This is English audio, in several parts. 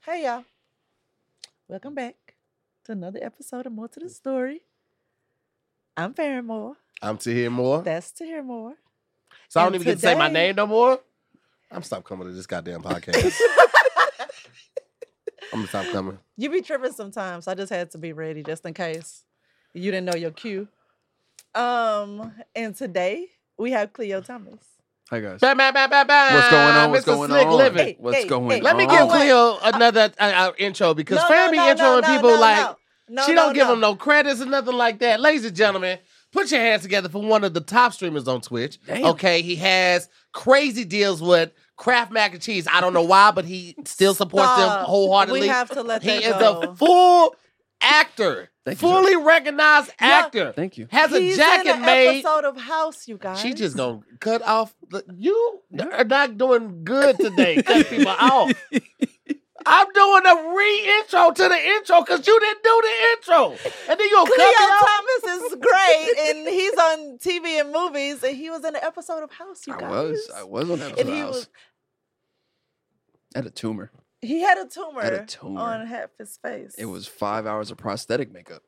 Hey y'all. Welcome back to another episode of More to the Story. I'm Farron Moore. I'm to hear more. That's to hear more. so I don't and even get to say my today- name no more. I'm stop coming to this goddamn podcast. I'm gonna stop coming. You be tripping sometimes. I just had to be ready just in case you didn't know your cue. Um, and today we have Cleo Thomas. Hi guys. Ba, ba, ba, ba, ba. What's going on? What's Mr. going Um, Slick on? Living. Hey, What's hey, going hey. on? Let me Oh. give Cleo another uh, uh, intro because No, Farron be no, no, introing no, people no, like no. No, she no, don't give no. them no credits or nothing like that. Ladies and gentlemen, put your hands together for one of the top streamers on Twitch. Damn. Okay, he has crazy deals with Kraft mac and cheese. I don't know why, but he still supports them Stop. wholeheartedly. We have to let he that is go. a full actor, Thank you, sir. fully recognized actor. Thank you. Has He's a in jacket an made. episode of House, you guys. She just gonna cut off. The, you are not doing good today. Cut people off. I'm doing a re-intro to the intro because you didn't do the intro, and then you gonna Cleo cut me off. Thomas is great, and he's on TV and movies, and he was in an episode of House. You I guys, was. I was on that and he house. was I had a tumor. he had a tumor, tumor. on half his face. It was five hours of prosthetic makeup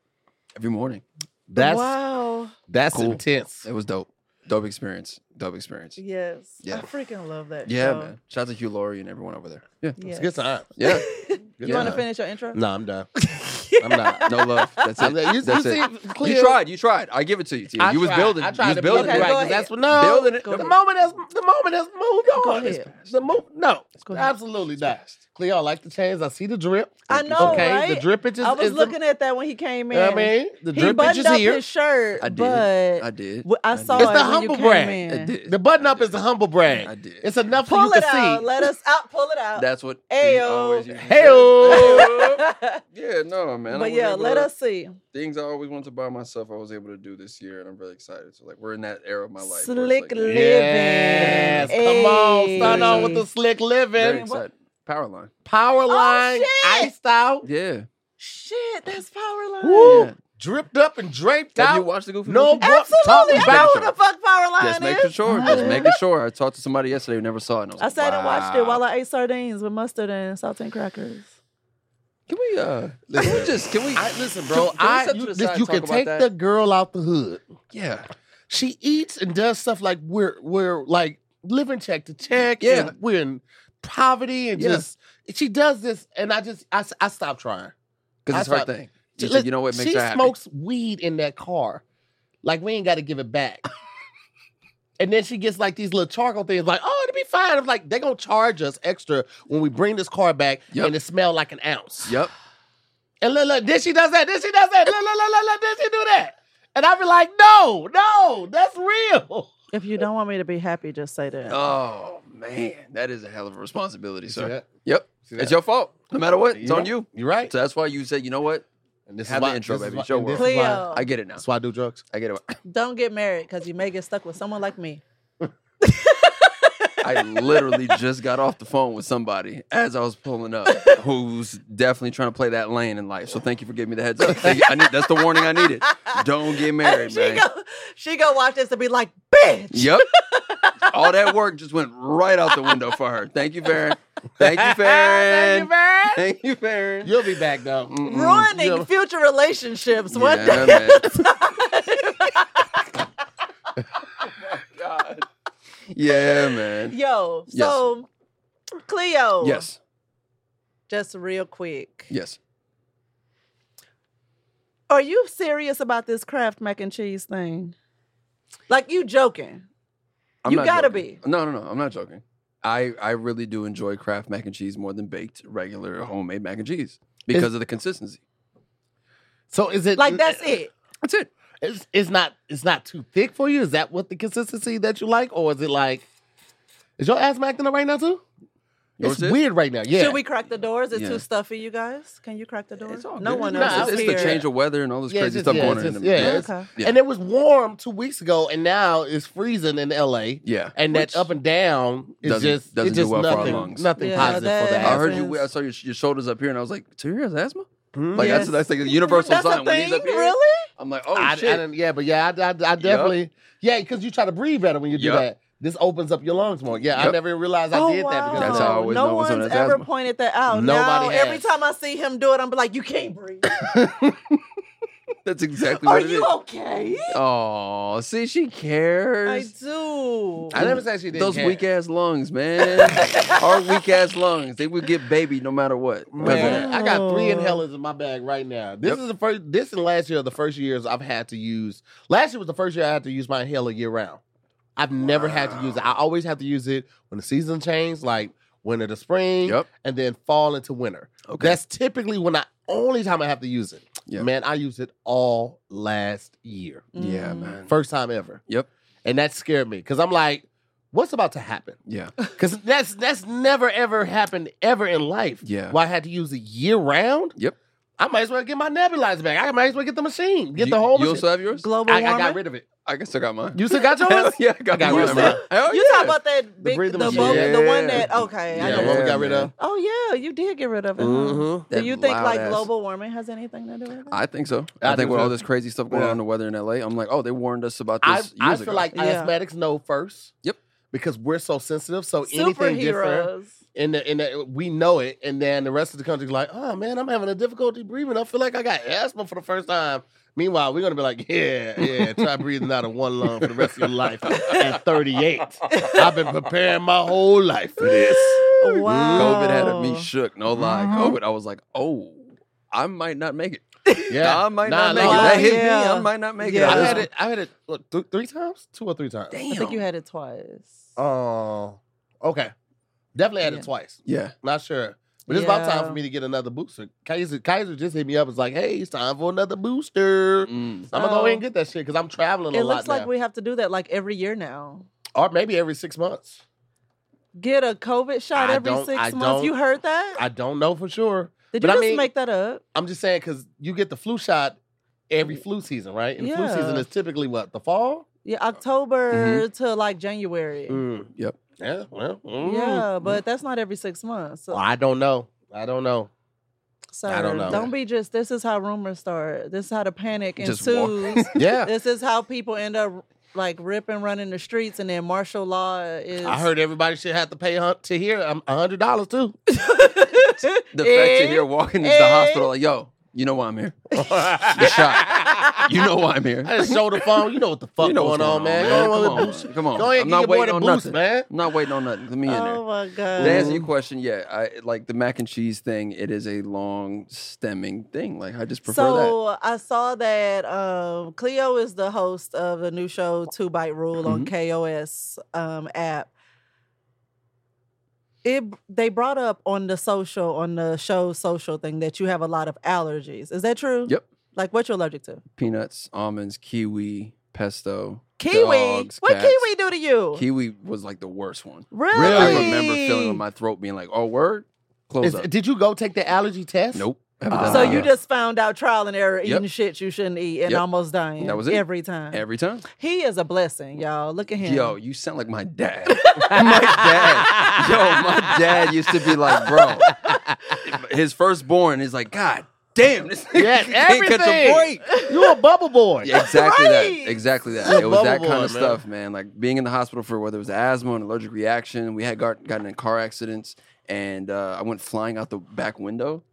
every morning. That's wow. that's Cool. intense. It was dope. Dope experience. Dope experience. Yes, I Yeah. freaking love that. Yeah, show. man. Shout out to Hugh Laurie and everyone over there. Yeah. Yes. It's a good time. Yeah. You Yeah. want to finish your intro? No, I'm done. I'm not. No love. That's I'm it. not. You, That's you it. see, You Cleo, tried. You tried. I give it to you. T. I You was tried. building. I You tried was to building. build it Okay, right. go 'cause That's ahead. no. Building it. Go the ahead. moment has the moment has moved on. Go ahead. The move. No, Go ahead. absolutely not. Cleo, I like the change. I see the drip. I know, okay, right? the drippage is. I was is looking at that when he came The, in. you know what I mean, the he drippage buttoned is up here. his shirt, I did. but I did. w- I did. saw It's it the when you humble came brag. in. I did. The button up I is the humble brag. I did. It's enough Pull for you it to out. see. Let us out. Pull it out. That's what. Ayo. Heyo. Yeah, no, man. I but was yeah, able let to- us see. things I always wanted to buy myself, I was able to do this year, and I'm really excited. So like, we're in that era of my life. where it's Slick like, li- Yes, Living. come on, start on with Hey. the slick very living, what- excited. Power line. power line, Oh, shit. iced out, Yeah. Shit, that's power line. Woo. yeah. dripped up and draped Have you out. watched the Goofy? No, Movie? bu- talk Absolutely. I about know it. who the fuck power line Just making is. sure. Just making sure. I talked to somebody yesterday who never saw it. And I, was I like, sat and watched it while wow. I ate sardines with mustard and saltine crackers. Can we? Uh, listen, can we just? Can we? I, listen, bro, Can- can we I step to you, the this- side you and can talk about take that? the girl out the hood. yeah. She eats and does stuff like we're we're like living check to check. Yeah. and we're in poverty and Yeah. just she does this, and I just I, s- I stopped trying. I Because it's her thought- thing. You, said, you know what makes she her happy? smokes weed in that car. Like we ain't got to give it back. and then she gets like these little charcoal things. Like, oh, it'll be fine. I'm like, they gonna charge us extra when we bring this car back, Yep. and it smell like an ounce. Yep. And look, look, then she does that. Then she does that. Look, look, look, look, look, then she do that. And I be like, no, no, that's real. If you don't want me to be happy, just say that. Oh man, that is a hell of a responsibility, See sir. that? Yep. See that? It's your fault. No matter what, it's You're on right. you. You're right. So that's why you said, you know what? And this Have the intro, this baby. why- Show and this world. is why- Cleo, I get it now. That's why I do drugs. I get it. don't get married because you may get stuck with someone like me. I literally just got off the phone with somebody as I was pulling up, who's definitely trying to play that lane in life. So thank you for giving me the heads up. Thank you. I need, that's the warning I needed. Don't get married, she man. go, she go watch this and be like, bitch. Yep. All that work just went right out the window for her. Thank you, Farron. Thank you, Ah, Thank you, Farron. Farron. Thank you, Farron. You'll be back though. Mm-mm. Ruining Mm, Yeah. future relationships one Yeah, day. man. Oh God. Yeah, man. Yo, Yes. so Cleo. Yes. Just real quick. Yes. Are you serious about this Kraft mac and cheese thing? Like you joking. I'm You not gotta joking. No, no, no. I'm not joking. I, I really do enjoy Kraft mac and cheese more than baked regular homemade mac and cheese because of the consistency. So is it Like uh, that's it. That's it. It's, it's not it's not too thick for you. Is that what the consistency that you like, or is it like is your asthma acting up right now too? Yours it's is? weird right now. Yeah, Should we crack the doors? It's Yeah. too stuffy, you guys. Can you crack the doors? It's all no good. one No, else It's, is it's here. the change of weather and all this Yeah, it's crazy just- stuff yeah, going it's on. in just- the- yeah, Okay. Yeah. and it was warm two weeks ago, and now it's freezing in L.A. Yeah. And Which- that up and down is Doesn't- just doesn't it's do just well for our nothing, lungs. nothing Yeah, positive for the that- I asthma. heard you. Yes. I saw your, your shoulders up here, and I was like, "Tahir has asthma." Like Yes. that's that's like the universal That's sign. a when thing, he's up here, really? I'm like, "Oh I, I shit!" didn't, yeah, but yeah, I, I, I definitely yeah because you try to breathe better when you do Yup. that. this opens up your lungs more. Yeah, I Yep. never even realized I Oh, did that because That's of how I wow. always no know when one's someone has ever asthma. pointed that out. Nobody now, every has. time I see him do it, I'm like, you can't breathe. That's exactly Are what it is. you okay? Oh, see, she I cares. Oh, do. I never said she didn't Those care. weak ass lungs, man. Our weak ass lungs. They would get baby no matter what. Man, I got three Oh. inhalers in my bag right now. This Yep. is the first. This and last year are the first years I've had to use. Last year was the first year I had to use my inhaler year round. I've never had to use it. I always have to use it when the season changed, like winter to spring, Yep. and then fall into winter. Okay. That's typically when I only time I have to use it. Yeah. Man, I used it all last year, yeah, Mm. man. first time ever. Mm-hmm. Yep. and that scared me because I'm like, what's about to happen? Yeah. Because that's that's never ever happened ever in life. Yeah. Well, I had to use it year round. Yep. I might as well get my nebulizer back. I might as well get the machine. Get You- the whole You machine. also have yours? Global I, I warming. got rid of it. I guess I got mine. You still got yours? Hell yeah, I got, I got mine. rid of mine. Hell you yeah. talk about that big, the, breathing the, machine. the one Yeah. that, okay. I yeah, know. the one we got rid man. of. Oh, yeah, you did get rid of it. huh? Mm-hmm. Do That you think loud like ass- global warming has anything to do with it? I think so. I I, do think with too. all this crazy stuff going Yeah. on in the weather in LA, I'm like, oh, they warned us about I, this. I years feel ago. like Yeah. asthmatics know first. Yep. Because we're so sensitive, so anything different Superheroes. in the in the we know it, and then the rest of the country's like, oh man, I'm having a difficulty breathing. I feel like I got asthma for the first time. Meanwhile, we're gonna be like, yeah, yeah, try breathing out of one lung for the rest of your life at 38. I've been preparing my whole life for this. Wow. COVID had me shook. No lie. Mhm. COVID, I was like, oh, I might not make it. Yeah, I might Nah, not make no, it. That I- hit yeah. me. I might not make Yeah. it. I I had it. I had it what, th- three times, two or three times. Damn. I think you had it twice. Oh, okay. Definitely had Yeah. it twice. Yeah. Not sure. But it's about time Yeah. for me to get another booster. Kaiser, Kaiser just hit me up. It's like, hey, it's time for another booster. Mm. I'm gonna go So- ahead and get that shit because I'm traveling a Um, it lot looks like now. we have to do that like every year now. or maybe every six months. Get a COVID shot I every don't- six I months. You don't- heard that? I don't know for sure. Did but you I just mean- make that up? I'm just saying because you get the flu shot every flu season, right? And flu season Mm. Yeah. is typically what the fall. Yeah, October Mm-hmm. to like January. Mm. Yep. Yeah. Well. mm. Yeah, but that's not every six months. So, Well, I don't know. I don't know. sir, I don't know. be just. This is how rumors start. This is how the panic Just walk- ensues. Yeah. this is how people end up like ripping, running the streets, and then martial law is. I heard everybody should have to pay hun- to hear um, a hundred dollars too. The fact you're here walking into the eh. hospital, like, yo, you know why I'm here. The shot. You know why I'm here. I just showed the phone. You know what the fuck you know going what's on, man. Go on, Come with on, the boost. man. Come on. Go ahead, I'm and not get your boy waiting the on boost, nothing. man. I'm not waiting on nothing. Let me in there. Oh my god! To answer your question, yeah, I like the mac and cheese thing. It is a long stemming thing. Like I just prefer so I saw that um, Cleo is the host of the new show Oh, Two Bite Rule mm-hmm. on KOS um, app. It they brought up on the social on the show social thing that you have a lot of allergies. Is that true? Yep. Like what you're allergic to? that peanuts, almonds, kiwi, pesto. Kiwi. Dogs, what cats. kiwi do to you? Kiwi was like the worst one. Really? I remember feeling in my throat being like, "Oh, word, close Is- Ah. up." did you go take the allergy test? Nope. haven't done So that you yet. just found out trial and error Yep. eating shit you shouldn't eat and Yep. almost dying. That was it. Every time. every time. he is a blessing, y'all. Look at him. Yo, you sound like my dad. my dad. Yo, my dad used to be like, bro. His firstborn is like, God damn, this nigga Yes, can't catch a everything. break. You a bubble boy. Yeah, exactly Right. that. Exactly that. You're a it was that bubble kind boy, of man. stuff, man. Like being in the hospital for whether it was asthma and allergic reaction. We had got, gotten in car accidents, and uh, I went flying out the back window.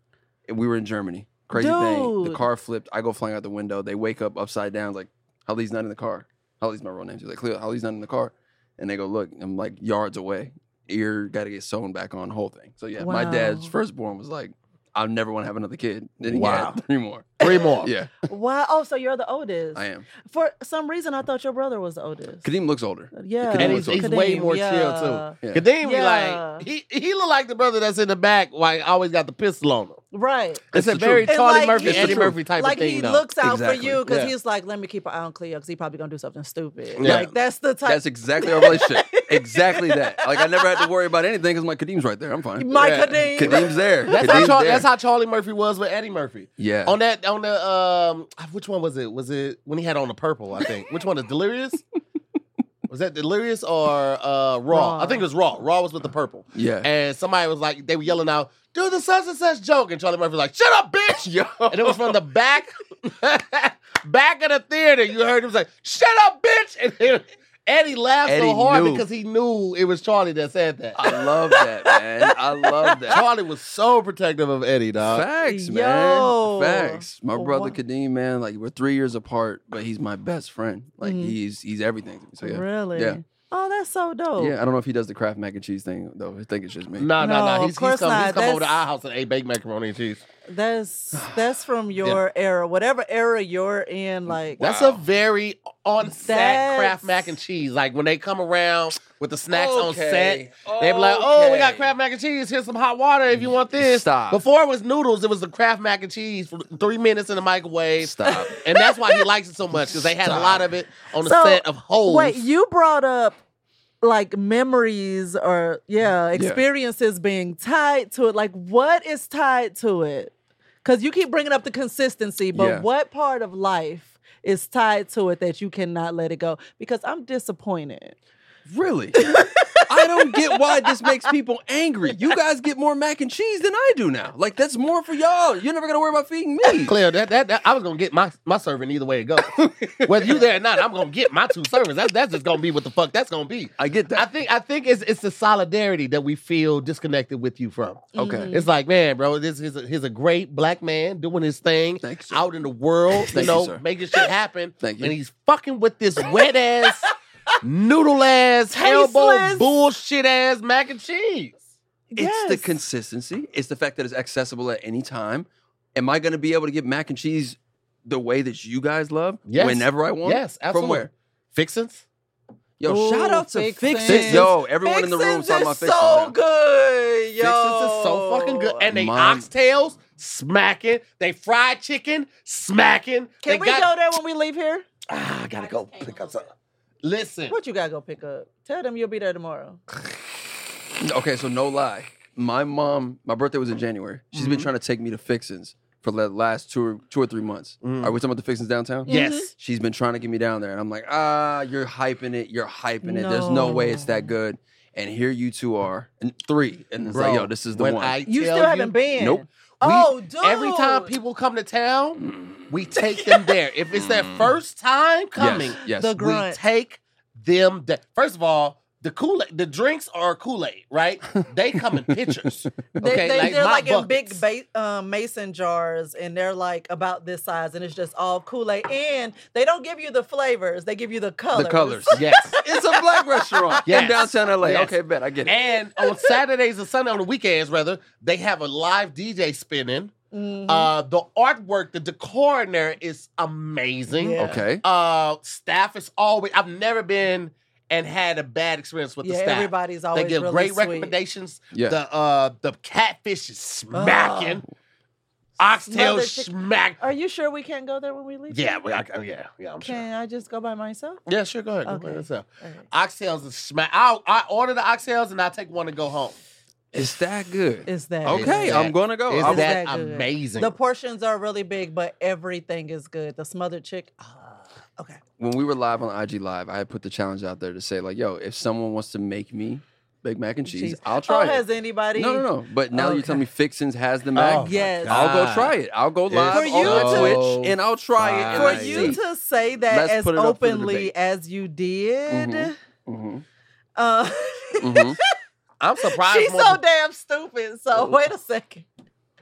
And we were in Germany. Crazy thing. The Dude. car flipped. I go flying out the window. They wake up upside down. Like Holly's not in the car. Holly's my real name. She's like, Cleo, Holly's not in the car. And they go, look. I'm like yards away. Ear got to get sewn back on. Whole thing. So yeah, my Wow. dad's firstborn was like, I'll never want to have another kid. Then he Wow. had three more. Three more. Yeah, Wow. Oh, so you're the oldest. I am. For some reason, I thought your brother was the oldest. Kadeem looks older. Uh, yeah. Kadeem And he's, looks he's way Kadeem, more yeah. chill too. Yeah. Cause then Yeah. be like, he he look like the brother that's in the back, like always got the pistol on him. Right. It's, It's a the very truth. Charlie And like Murphy, he- Eddie It's the Murphy type like of thing. he though. looks out for Exactly. you because Yeah. he's like, let me keep an eye on Cleo because he probably gonna do something stupid. Yeah. Like that's the type. That's exactly our relationship. exactly that. Like I never had to worry about anything because my Kadeem's right there. I'm fine. my Yeah. Kadeem. Kadeem's there. that's, how Kadeem's Char- there. that's how Charlie Murphy was with Eddie Murphy. Yeah. On that, on the um, which one was it? Was it when he had on the purple? I think. Which one is Delirious? was that Delirious or uh, Raw? Raw. I think it was Raw. Raw was with the purple. Yeah. And somebody was like, they were yelling out, "Do the such and such joke," and Charlie Murphy was like, "Shut up, bitch!" Yo. and it was from the back back of the theater. You heard him say, "Shut up, bitch!" And, it- And he laughed And so he hard knew. because he knew it was Charlie that said that. I love that, man. I love that. Uh, Charlie was so protective of Eddie, dog. Facts, Yo. Oh, man. Facts. My brother Wow. Kadeem, man, like we're three years apart, but he's my best friend. Like Mhm. he's he's everything to me. So yeah. Really? Yeah. Oh, that's so dope. Yeah, I don't know if he does the Kraft mac and cheese thing though. I think it's just me. No, No, no, no. of He's, he's course come, not. he's come over to That's- our house and ate baked macaroni and cheese. That's that's from your era, whatever era you're in. Like, That's Wow. a very on set That's- Kraft mac and cheese. Like when they come around with the snacks on Okay. set, they be like, "Oh, we got Okay. Kraft mac and cheese. Here's some hot water if you want this." Stop. Before it was noodles, it was the Kraft mac and cheese for three minutes in the microwave, Stop. and that's why he likes it so much because they had a Stop. lot of it on the So, set of Holes. wait, you brought up like memories or yeah, experiences being tied to it. Like, what is tied to it? Because you keep bringing up the consistency, but Yeah. what part of life is tied to it that you cannot let it go? Because I'm disappointed. Really? I don't get why this makes people angry. You guys get more mac and cheese than I do now. Like that's more for y'all. You're never gonna worry about feeding me. Claire, that, that, that- I was gonna get my, my serving either way it goes. Whether you there or not, I'm gonna get my two servings. That's that's just gonna be what the fuck that's gonna be. I get that. I think I think it's it's the solidarity that we feel disconnected with you from. Okay. It's like, man, bro, this is a, he's a great black man doing his thing Thank you, sir. out in the world, you Thank you, know, sir. making shit happen. Thank you. And he's fucking with this wet ass, noodle ass, elbow Tasteless. bullshit ass mac and cheese. It's the Yes. consistency. It's the fact that it's accessible at any time. Am I going to be able to get mac and cheese the way that you guys love Yes. whenever I want? Yes, absolutely. From where? Fixins? Yo, Ooh, shout out to Fixins. Fixins. Yo, everyone in the room Fixins talking about is Fixins. so now. good, yo. Fixins is so fucking good. And they Mine- oxtails smacking. They fried chicken smacking. Can they we got- go there when we leave here? Ah, I gotta go pick up some. Listen. What you gotta go pick up? Tell them you'll be there tomorrow. Okay, so no lie. My mom, my birthday was in January. She's been Mm-hmm. trying to take me to Fixins for the last two or, two or three months. Mm. Are we talking about the Fixins downtown? Mm-hmm. Yes. She's been trying to get me down there, and I'm like, ah, you're hyping it, you're hyping it. There's no way it's that good. And here you two are, and three, and it's like, yo, this is the when one. I You tell still haven't been. Nope. We- Oh, dude. Every time people come to town, we take them there. If it's their first time coming, Mm. Yes, yes. The we grunt. take them there. First of all, the Kool Aid, the drinks are Kool Aid, right? They come in pitchers. They, Okay, they, like they're my like buckets. in big ba- um, mason jars, and they're like about this size, and it's just all Kool Aid. And they don't give you the flavors; they give you the colors. the colors. yes. it's a black restaurant Yes. in downtown LA. Yes. Okay, bet I get it. And on Saturdays and Sunday, on the weekends rather, they have a live DJ spinning. Mhm. Uh, the artwork, the decor in there is amazing. Yeah. Okay, Uh, staff is always. I've never been and had a bad experience with yeah, the staff. everybody's always they give really great sweet. recommendations. Yeah. The uh the catfish is smacking. Oxtail Smothered Oh. chick- smack. Are you sure we can't go there when we leave? Yeah, we, I, I- yeah, yeah. I'm sure. Can I just go by myself? Yeah, sure. Go ahead. Okay. Okay. yourself. All right. Oxtails is smack. I I order the oxtails and I take one and go home. it's that good. Is that okay, uh, It's I'm that- gonna go. is I- It's that, that good. amazing? The portions are really big, but everything is good. The smothered chick. ah, okay. when we were live on IG Live, I had put the challenge out there to say like, yo, if someone wants to make me baked mac and cheese, Cheese. I'll Oh, try it. has anybody? No, no, no. But now you're telling me Fixins has the mac. Oh, Yes. my I'll go God. try it. I'll go It's live For on you so Twitch and I'll try it. And For I you see. to say that Let's as put it up for the openly debate. as you did, Mhm. Mhm, uh, mhm. I'm surprised. she's more so people- damn stupid. So Oh. wait a second.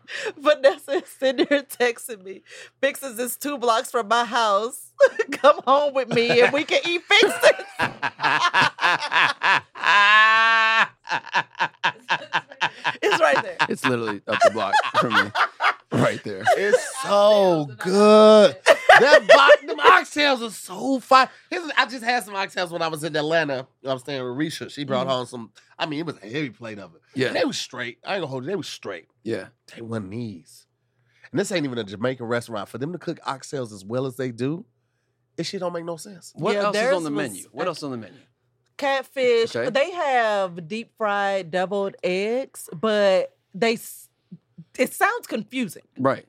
Vanessa is sitting here texting me. Fixes is two blocks from my house. Come home with me and we can eat fixes. it's right there. it's literally up the block from me, right there. It's so good. That box, them oxtails are so fine. Here's- I just had some oxtails when I was in Atlanta. I was staying with Risha. She Mm-hmm. brought home some. I mean, it was a heavy plate of it. And Yeah, they was straight. I ain't gonna hold you. They was straight. yeah. They wasn't these. And this ain't even a Jamaican restaurant. For them to cook oxtails as well as they do, it shit don't make no sense. What Yeah, else is theirs on the was- menu? What else is on the menu? Catfish. Okay. They have deep fried deviled eggs, but they s- it sounds confusing, Right. Mm-hmm.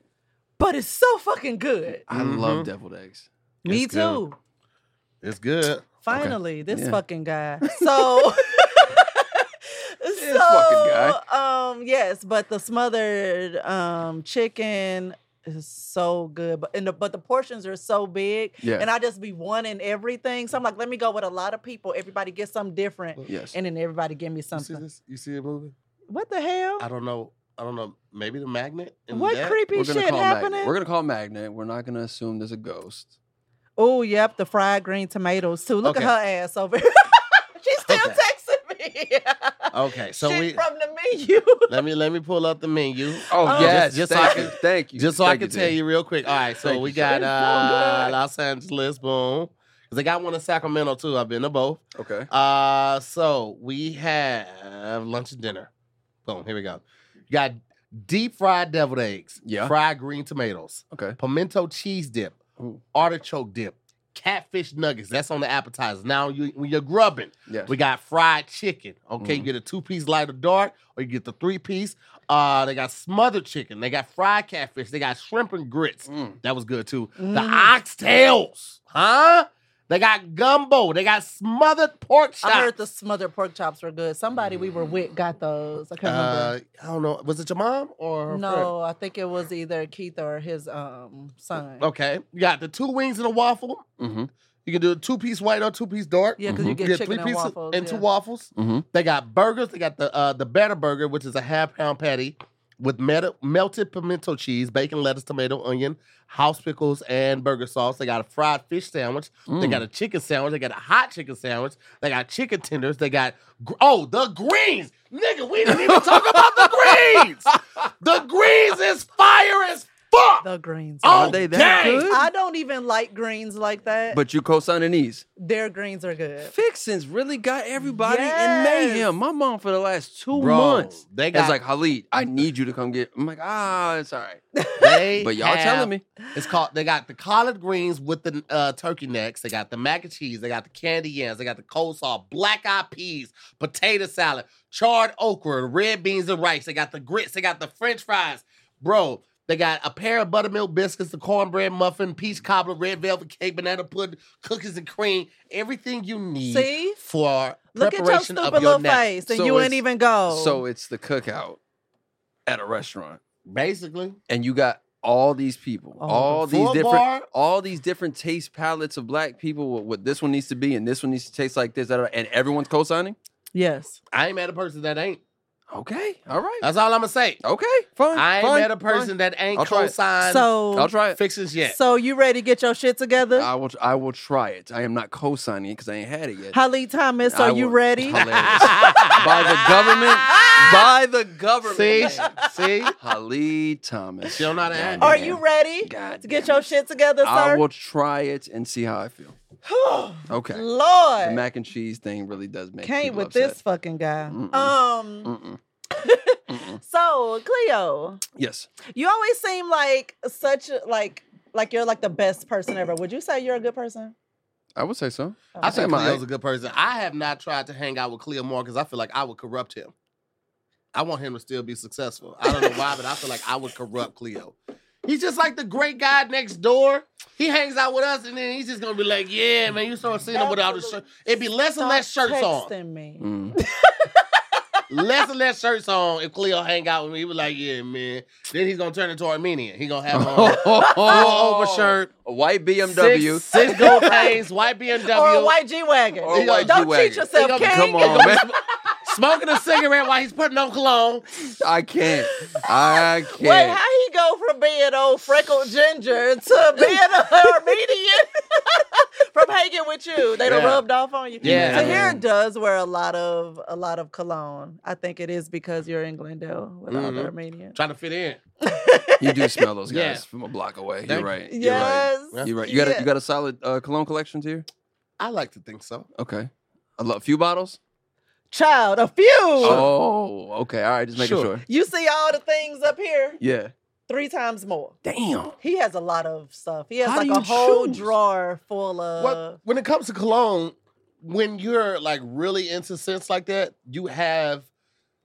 but it's so fucking good. I love deviled eggs. Me It's good. too. It's good. Finally, this Yeah. fucking guy. So, fucking guy. so, Um, yes, but the smothered um chicken is so good, but and the, but the portions are so big, Yeah. and I just be wanting everything. So I'm like, let me go with a lot of people. Everybody get something different, Yes. and then everybody give me You see something. this? You see it moving? What the hell? I don't know. I don't know. Maybe the magnet. in What that? creepy We're gonna shit call happening? magnet. We're gonna call magnet. We're not gonna assume there's a ghost. Oh, yep, the fried green tomatoes too. Look Okay. at her ass over. here. She's still Okay. texting me. Okay, so Shit we from the menu. let me let me pull up the menu. Oh, Oh. yes. Just- just so thank I you. can- Thank you. Just so I Thank can you, tell Jay. you real quick. All right, so Thank we you. got It's so uh, good. Los Angeles, boom. Cause they got one in Sacramento too. I've been to both. Okay. Uh, so we have lunch and dinner. Boom. Here we go. You got deep fried deviled eggs. Yeah. Fried green tomatoes. Okay. Pimento cheese dip. Ooh. Artichoke dip. Catfish nuggets. That's on the appetizer. Now you when you're grubbing, Yes. we got fried chicken. Okay, Mm-hmm. you get a two piece light or dark, or you get the three piece. Uh, they got smothered chicken. They got fried catfish. They got shrimp and grits. Mm. That was good too. The Mhm. oxtails, huh? They got gumbo. They got smothered pork chop. I heard the smothered pork chops were good. Somebody we were with got those. I can't uh, I don't know. Was it your mom or her remember. No, I think it was either Keith or his um son. friend? Okay, you got the two wings and a waffle. Mhm. You can do a two piece white or two piece dark. Yeah, because Mhm. you You get get chicken mm-hmm. three and pieces waffles. and two yeah. waffles. Oh, Mhm. They got burgers. They got the uh, the batter burger, which is a half pound patty with meta- melted pimento cheese, bacon, lettuce, tomato, onion, house pickles, and burger sauce. They got a fried fish sandwich. They Mm. got a chicken sandwich. They got a hot chicken sandwich. They got chicken tenders. They got gr- oh the greens, nigga. We didn't even talk about the greens. The greens is fire as fuck. The greens. Oh, Are they that dang. good? I don't even like greens like that. But you co-signing these. their greens are good. Fixins really got everybody Yes. in mayhem. My mom for the last two Bro, months. they It's got- like Khalid, I need you to come get. I'm like, ah, it's all right. They But y'all telling have- me It's called. They got the collard greens with the uh, turkey necks. They got the mac and cheese. They got the candy yams. They got the coleslaw, black eyed peas, potato salad, charred okra, red beans and rice. They got the grits. They got the French fries, bro. They got a pair of buttermilk biscuits, the cornbread muffin, peach cobbler, red velvet cake, banana pudding, cookies and cream. Everything you need See? for Look at your preparation stupid of your little next. face, and So you it's- ain't even go. So it's the cookout at a restaurant, Basically, and you got all these people, Oh, all these full different, bar. all these different taste palettes of black people. What, what this one needs to be, and this one needs to taste like this, da, da, da, and everyone's co-signing. yes, I ain't met a person that ain't. Okay, all right, That's all I'm gonna say. okay, fine. I ain't fine, met a person that ain't I'll try it. co-signed. so Fine. I'll try it. fixes yet. so you ready to get your shit together? I will. I will try it. I am not co-signing because I ain't had it yet. Holly Thomas, I are you will- ready? Hilarious. by the government. By the government. see, see, Khalid Thomas. She don't know how to act. Are Goddamn. you ready God to get damn your it. shit together, I sir? will try it and see how I feel. Okay. The Lord, mac and cheese thing really does make came people with upset. this fucking guy. Mm-mm. Um, Mm-mm. Mm-mm. so Cleo, Yes. you always seem like such a- like like you're like the best person ever. Would you say you're a good person? I would say so. Oh. I think Am I- Cleo's a good person. I have not tried to hang out with Cleo more because I feel like I would corrupt him. I want him to still be successful. I don't know why, but I feel like I would corrupt Cleo. He's just like the great guy next door. He hangs out with us, and then he's just gonna be like, "Yeah, man, you start seeing him without his shirt. It'd be less and Stop less shirts on, texting me. Mm. less and less shirts on." If Cleo hang out with me, he was like, "Yeah, man." Then he's gonna turn into Armenian. He gonna have on full overshirt, A white BMW. Six, six gold chains, white BMW, Or a white G wagon. Or a white Don't G-Wagon. cheat yourself, They King. gonna- Come on, man. smoking a cigarette while he's putting on cologne. I can't. I can't. Wait, how he go from being old freckled ginger to being a Armenian? from hanging with you, they done Yeah. rubbed off on you. Yeah, so here man. it does wear a lot of a lot of cologne. I think it is because you're in Glendale with all the Mm-hmm. Mhm. Armenians. Trying to fit in. You do smell those guys Yeah. from a block away. You're Thank- right. You're right. Yes, Yeah. You're right. You got a, Yeah. you got a solid uh, cologne collection here. I like to think so. Okay. A lo- few bottles. child, a few. Oh, okay. All right. Just making Sure. sure. You see all the things up here Yeah. three times more. Damn. He has a lot of stuff. He has How do like a you whole choose? drawer full of. Well, when it comes to cologne, when you're like really into scents like that, you have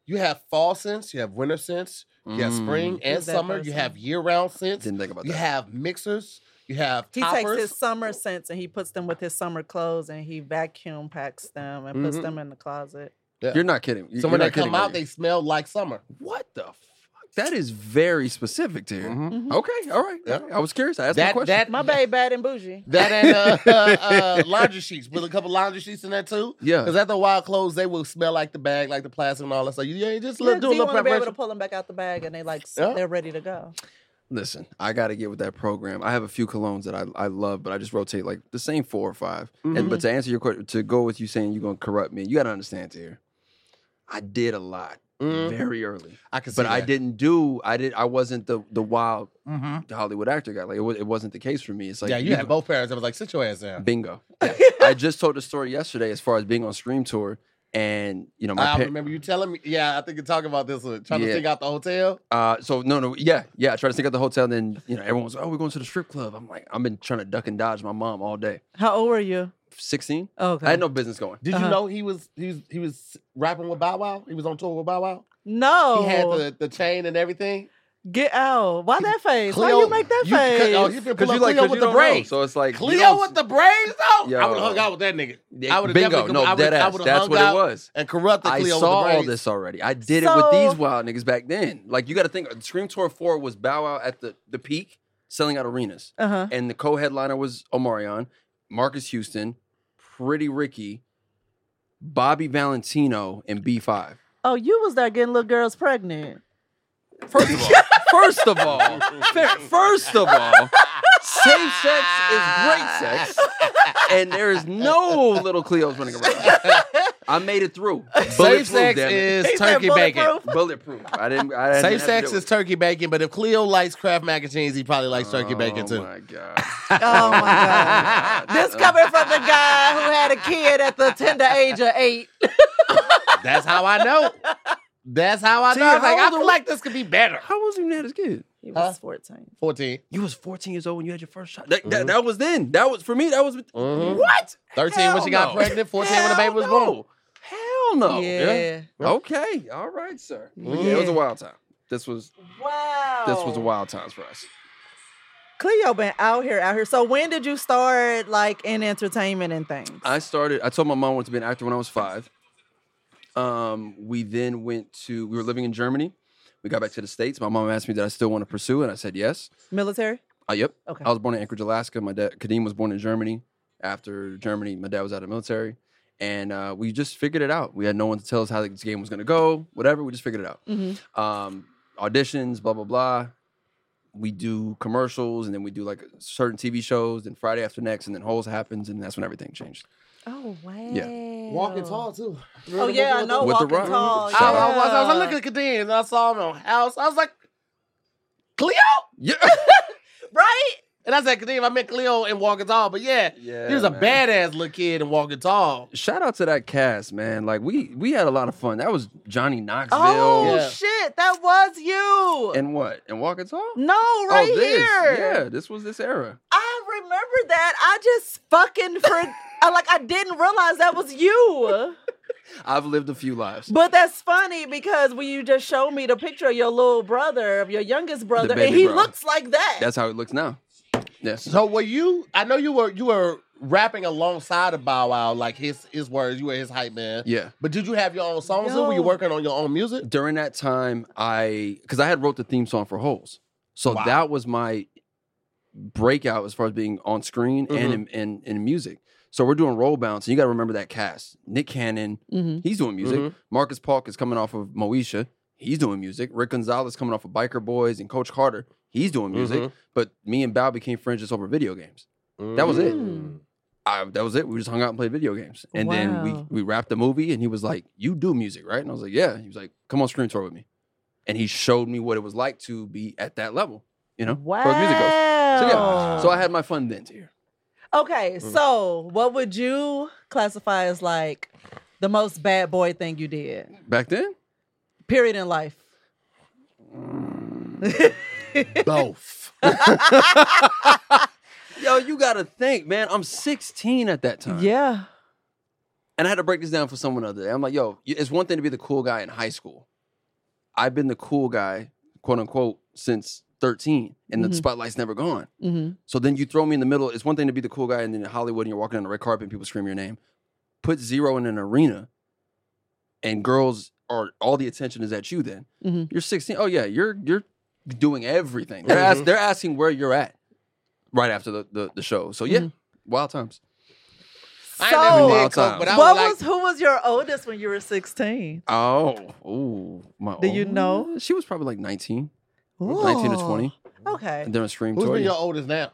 you have fall scents, you have winter scents, you have spring and Who's that summer, you person? have year round scents, Mm. Didn't think about you that. have mixers, you have He toppers. takes his summer scents and he puts them with his summer clothes and he vacuum packs them and puts Mhm. them in the closet. You're not kidding. You- so when they you're not kidding, come are out, you? they smell like summer. what the fuck? that is very specific to her. Okay, all right. Mm-hmm. Yeah. I was curious. I asked my That question. that My babe bad and bougie. That and uh, uh, uh, laundry sheets. Put a couple laundry sheets in there too. Yeah. Because after a while, clothes they will smell like the bag, like the plastic and all that. So you, yeah, you just Yeah, little, do a do you little want to be able to preparation. pull them back out the bag and they like s- Yeah. they're ready to go. Listen, I got to get with that program. I have a few colognes that I, I love, but I just rotate like the same four or 5 Mm-hmm. And but to answer your question, to go with you saying you're gonna corrupt me, you got to understand here. I did a lot Mhm. very early, I can see but I that. didn't do. I did. I wasn't the the wild Mm-hmm. Mhm. Hollywood actor guy. Like it, wa- it wasn't the case for me. It's like yeah, you you- had both parents. I was like, sit your ass down. bingo. Yeah. I just told the story yesterday as far as being on Scream Tour, and you know my I par- remember you telling me. Yeah, I think you're talking about this one. Trying Yeah. to figure out the hotel. Uh, so no, no, yeah, yeah. I tried to sneak out the hotel, and then you know everyone was, oh, we're going to the strip club. I'm like, I've been trying to duck and dodge my mom all day. How old were you? Sixteen, Okay. I had no business going. Did you Uh-huh. know he was he was he was rapping with Bow Wow? He was on tour with Bow Wow. no. He had Oh. the, the chain and everything. Get out. Why that face? Why you make that you- face? Oh, you been Because pulling you like Cleo 'cause with you the don't know. braids. so it's like you Cleo don't- with the braids though. I Yo. would have hung out with that nigga. I would have bingo, definitely. no, I dead would've- I ass. would've That's hung what it out was. And corrupted I Cleo with saw the braids. all this already. I did it with So- these wild niggas back then. Like you got to think, uh, Scream Tour Four was Bow Wow at the the peak, selling out arenas, uh huh. and the co-headliner was Omarion, Marcus Houston, Pretty Ricky, Bobby Valentino, and B Five. Oh, you was there getting little girls pregnant. First of all, first of all, fir- first of all, same sex is great sex, and there is no little Cleos running around. I made it through. Safe Bulletproof, sex damn it. He is said turkey bacon. bulletproof. bulletproof. I didn't. I didn't Safe have to sex do is it. turkey bacon, but if Cleo likes Kraft mac and cheese, he probably likes turkey bacon Oh too. my god. Oh my god. This Uh, coming from the guy who had a kid at the tender age of eight. That's how I know. That's how I See, know. I was how like, I old feel are- like this could be better. How old was you when you had this kid? He was was 14. Fourteen. You was 14 years old when you had your first shot. That, that, that was then. That was for me. That was Mhm. what? 13 when Hell she got no. pregnant, 14 when the Hell baby was no. born. Hell no. Yeah. Okay. All right, sir. But yeah, Oh. it was a Yeah. wild time. This was Wow. this was wild times for us. Cleo been out here, out here. So when did you start like in entertainment and things? I started. I told my mom I wanted to be an actor when I was five. Um, we then went to. We were living in Germany. We got back to the states. My mom asked me, "Did I still want to pursue?" And I said, "Yes." Military? Uh, yep. Okay. I was born in Anchorage, Alaska. My dad, Kadeem, was born in Germany. After Germany, my dad was out of the military, and uh, we just figured it out. We had no one to tell us how this game was going to go. Whatever, we just figured it out. Mhm. Um, auditions, blah blah blah. We do commercials, and then we do like certain TV shows. Then Friday after next, and then Holes happens, and that's when everything changed. Oh wow. too. Oh yeah, I know With the walking Rock. tall. Mhm. I, I was, I was yeah. looking at Kadeem and I saw him on house. I was like, Cleo? Yeah, right? And I said, Kadeem, I meant Cleo and Walking Tall, but yeah, yeah. he was a badass little kid and Walking Tall. Shout out to that cast, man. Like we we had a lot of fun. That was Johnny Knoxville. Oh Yeah. shit, that was you. And what? And Walk and Talk? no, right oh, this. here. Yeah, this was this era. I remember that. I just fucking for I, like I didn't realize that was you. I've lived a few lives. But that's funny because when you just showed me the picture of your little brother, of your youngest brother, and baby he bro. looks like that. That's how it looks now. Yes. So were you? I know you were. You were rapping alongside of Bow Wow, like his his words. You were his hype man. Yeah. But did you have your own songs? Or were you Yo. working on your own music? During that time, I because I had wrote the theme song for Holes, so Wow. that was my breakout as far as being on screen and in, in in music. So we're doing roll bounce, and you got to remember that cast: Nick Cannon, Mhm. he's doing music. Mhm. Marcus Park is coming off of Moesha. He's doing music. Rick Gonzalez coming off of Biker Boys and Coach Carter. He's doing music. Mhm. But me and Bow became friends just over video games. Mm-hmm. That was it. Mm. I, that was it. We just hung out and played video games. And then Wow. we, we wrapped the movie and he was like, You do music, right? And I was like, Yeah. He was like, Come on screen tour with me. And he showed me what it was like to be at that level, you know, as far as music goes. So yeah. So I had my fun then here. Okay, so what would you classify as like the most bad boy thing you did? Back then? Period in life. Both. Yo, you gotta think, man. I'm 16 at that time. Yeah. and I had to break this down for someone the other day. I'm like, yo, it's one thing to be the cool guy in high school. I've been the cool guy, quote unquote, since 13, and Mm-hmm. the spotlight's never gone. Mhm. So then you throw me in the middle. It's one thing to be the cool guy, and then in Hollywood, and you're walking on the red carpet, and people scream your name. Put zero in an arena, and girls or all the attention is at you then. Mhm. You're 16. Oh yeah, you're you're doing everything. They're, ask, Mhm. they're asking where you're at right after the, the, the show. So yeah, Mhm. wild times. I ain't never So, Wild did coke, times. but I what would like was who was your oldest when you were sixteen? Oh, ooh, my Do you know? She was probably like 19, 19 to 20 Okay. during Scream Who's Tour. been your oldest now?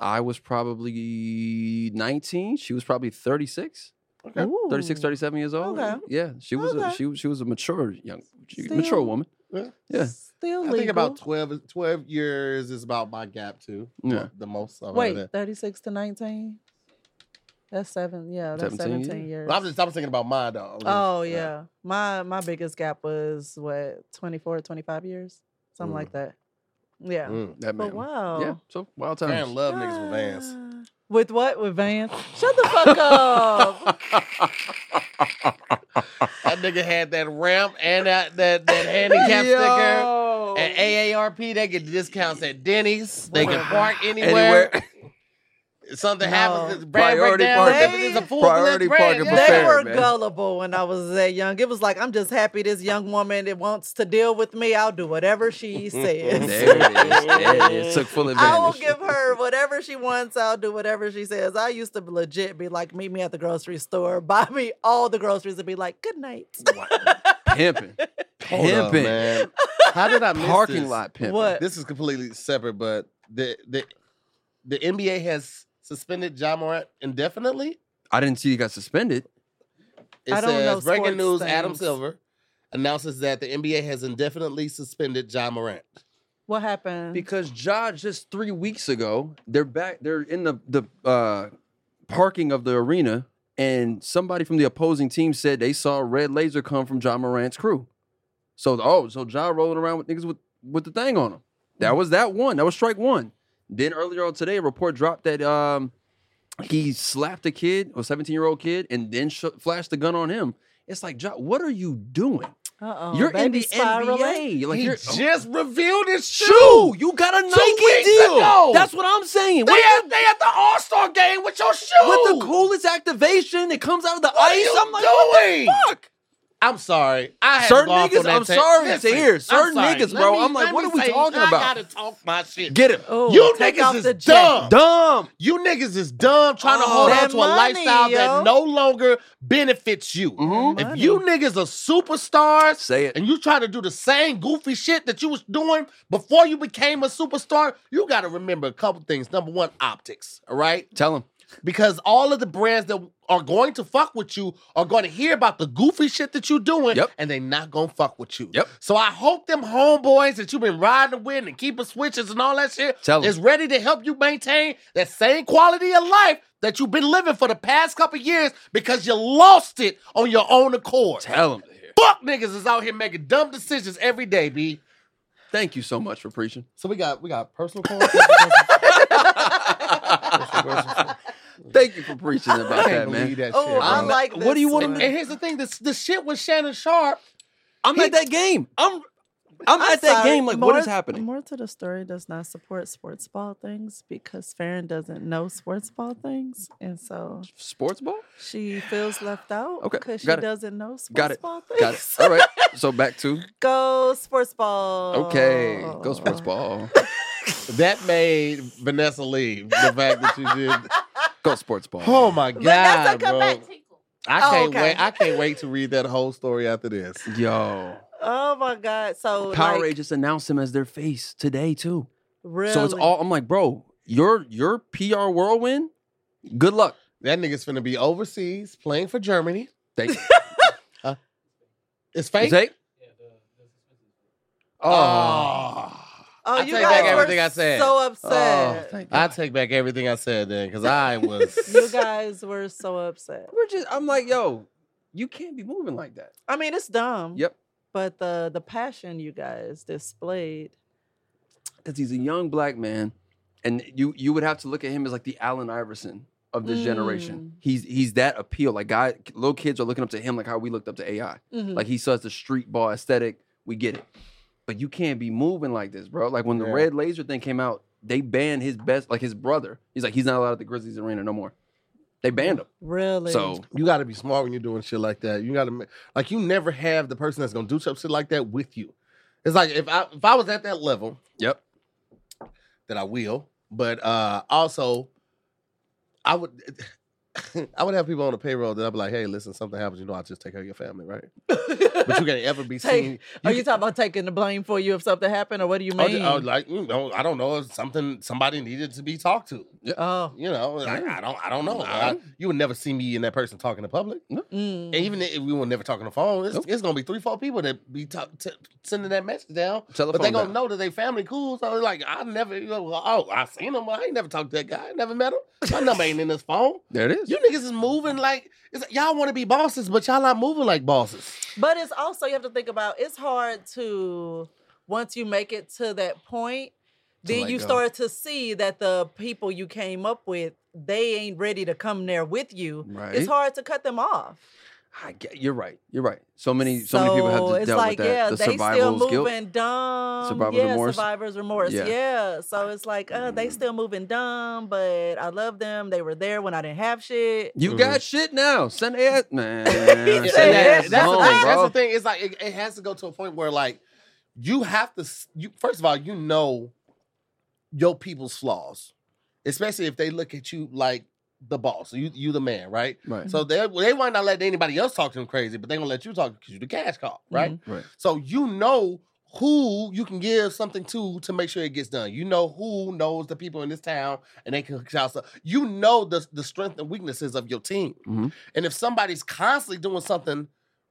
I was probably 19. She was probably 36, Ooh. 36, 37 years old. Okay. Yeah, she was a, Okay. she she was a mature young she- Still- mature woman. Yeah. Still I think about legal. 12, 12 years is about my gap too. Yeah. The most. I've Wait, ever done. thirty six to nineteen. That's seven. Yeah, that's 17, seventeen, yeah. years. But I'm just I'm thinking about mine though. oh yeah. my my biggest gap was what 24, 25 years, something Mm. like that. Yeah, Mm. That but man. wow. Yeah, so wild times. Man, love niggas with vans. Ah. With what? With Vans? Shut the fuck up. That nigga had that ramp and that that, that handicap sticker. At AARP, they get discounts at Denny's. They can Whatever. park anywhere. Anywhere. Something No. happens. This brand Priority breakdown, parking. It's a full Priority parking for brand. they fair, were man. gullible when I was that young. It was like, I'm just happy this young woman that wants to deal with me. I'll do whatever she says. There it is. There it is. Took full advantage. I will give her whatever she wants. I'll do whatever she says. I used to legit be like, meet me at the grocery store, buy me all the groceries, and be like, good night. pimping, Hold up, pimping, man. How did I miss parking this? lot pimping. What? This is completely separate, but the the the NBA has suspended John Morant indefinitely. I didn't see you got suspended. It I don't says know breaking sports news: Adam things. Silver announces that the NBA has indefinitely suspended John Morant. What happened? because Ja just three weeks ago they're back they're in the the uh, parking of the arena and somebody from the opposing team said they saw a red laser come from John Morant's crew. So oh so Ja rolling around with niggas with with the thing on him. That was that one. That was strike one. Then earlier on today, a report dropped that um, he slapped a kid, a 17 year old kid, and then sh- flashed the gun on him. It's like, Ja, what are you doing? Uh-oh, you're in baby the spiraling. NBA. Like he you're, just revealed his shoe. shoe. You got a Nike weeks deal. ago. That's what I'm saying. They What at, they at the All Star game with your shoe. with the coolest activation, it comes out of the What are ice. you I'm like, doing? what the fuck? I'm sorry. I had Certain to go off niggas- on that I'm tangent. sorry to Listen, hear. I'm Certain sorry. niggas, Let bro. me- I'm like, let what me are we say, talking I about? gotta talk my shit. Get him. Oh, You take niggas off is the jacket. Dumb. You niggas is dumb trying to Oh, hold on that to a money, lifestyle yo. that no longer benefits you. Mhm. If Money. you niggas are superstars Say it. and you try to do the same goofy shit that you was doing before you became a superstar, you gotta remember a couple things. Number one, optics, all right? Tell him. Because all of the brands that are going to fuck with you are going to hear about the goofy shit that you're doing, Yep. and they not going to fuck with you. Yep. So I hope them homeboys that you've been riding with and keeping switches and all that shit Tell 'em. is ready to help you maintain that same quality of life that you've been living for the past couple years because you lost it on your own accord. Tell him. fuck niggas is out here making dumb decisions every day, b. Thank you so much for preaching. So we got we got personal calls. Thank you for preaching about I that, can't man. believe that shit. Oh, I bro. like What do you this want And one. and here's the thing: this the shit with Shannon Sharp. I'm at that game. I'm I'm, at that sorry, game. Like, more- what is happening? More to the story does not support sports ball things because Farron doesn't know sports ball things, and so Sports ball? she feels left out Okay, because she got it. doesn't know sports Got it. ball Got it. things. All right. So back to Go sports ball. okay. Go Oh. sports ball. That made Vanessa leave. The fact that you did. Go sports ball. Oh my god, Vanessa, come bro! back. I Oh, can't okay. wait. I can't wait to read that whole story after this. Yo. Oh my God! So Power like, just announced him as their face today too. Really? So it's all I'm like, bro, your your PR whirlwind. Good luck. That nigga's gonna be overseas playing for Germany. Thank you. It's fake. Zay? Oh, Oh. Oh, I you take guys back were everything I said. so oh, upset. thank I God. take back everything I said then, because I was. Ah. you guys were so upset. We're just. I'm like, yo, you can't be moving like that. I mean, it's dumb. Yep, But the the passion you guys displayed. because he's a young black man, and you you would have to look at him as like the Allen Iverson of this generation. He's he's that appeal. Like, guy, little kids are looking up to him like how we looked up to AI. Mhm. Like he says the street ball aesthetic, we get it. But you can't be moving like this, bro. Like when the Yeah. red laser thing came out, they banned his best, like his brother. He's like, he's not allowed at the Grizzlies arena no more. They banned him. Really? So You got to be smart when you're doing shit like that. You got to like you never have the person that's gonna do some shit like that with you. It's like if I if I was at that level, Yep. that I will. But uh also, I would. I would have people on the payroll that I'd be like, "Hey, listen, something happens. You know, I'll just take care of your family, right?" But you can't ever be Take- seen. Are you talking about taking the blame for you if something happened, or what do you I mean? was- I was like, you know, I don't know if something somebody needed to be talked to. oh, You know, like, I don't, I don't know. No. I- you would never see me and that person talking in public. mm. And even if we were never talking on the phone, it's, Nope. it's gonna be three, four people that be talk, t- sending that message down. telephone. but they gonna down. know that they family cool. So they're like, I never, you know, oh, I seen him. I ain't never talked to that guy. I never met him. My number ain't in his phone. There it is. You niggas is moving like it's, y'all want to be bosses, but y'all not moving like bosses. But it's also you have to think about it's hard to once you make it to that point, then let you go. start to see that the people you came up with, they ain't ready to come there with you. Right. It's hard to cut them off. I get, you're right. You're right. So many, so, many people So have to it's dealt like, with that. yeah, the they survival's still guilt. moving dumb. Survivor's yeah, remorse. survivor's remorse. Yeah. Yeah. So it's like, uh, they still moving dumb, but I love them. They were there when I didn't have shit. You Mhm. got shit now. Send the ass, man. said Send the ass that- that's, the home, thing, that's bro. the thing. It's like it, it has to go to a point where like you have to. s- You first of all, you know your people's flaws, especially if they look at you like the boss. You you the man, right? Right. So they they might not let anybody else talk to them crazy, but they gonna let you talk because you the cash call, right? Mhm. Right. So you know who you can give something to to make sure it gets done. You know who knows the people in this town and they can hook y'all stuff. You know the the strength and weaknesses of your team. Mhm. And if somebody's constantly doing something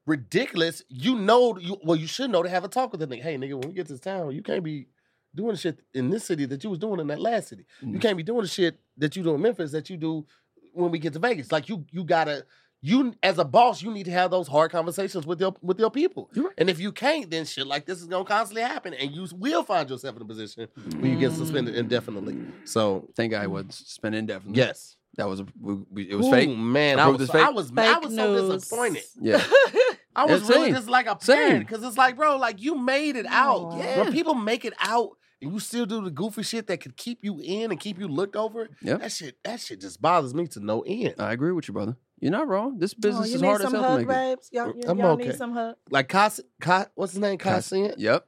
ridiculous, you know you well you should know to have a talk with them. Like, hey nigga, when we get to this town, you can't be doing shit in this city that you was doing in that last city. You Mhm. can't be doing the shit that you do in Memphis that you do when we get to Vegas. Like you you gotta you as a boss, you need to have those hard conversations with your with your people. You're right. And if you can't, then shit like this is gonna constantly happen, and you will find yourself in a position where you get suspended indefinitely. So Thank Mm. God I wasn't spent indefinitely. yes, That was a, we, we, Mm. it was Ooh, fake. Man, I Approved was, as fake? I was, I Fake was so news. disappointed. Yeah. I was It's really same. just like a Same. parent because it's like, bro, like you made it out. Aw. When people make it out and you still do the goofy shit that could keep you in and keep you looked over, Yeah. that shit, that shit just bothers me to no end. I agree with you, brother. You're not wrong. This Oh, business you is need hard as some hell to hug, make babes? Y'all, I'm y'all okay. need some hug. Like Cos, Cos what's his name? Cos- Cossin? it. Yep.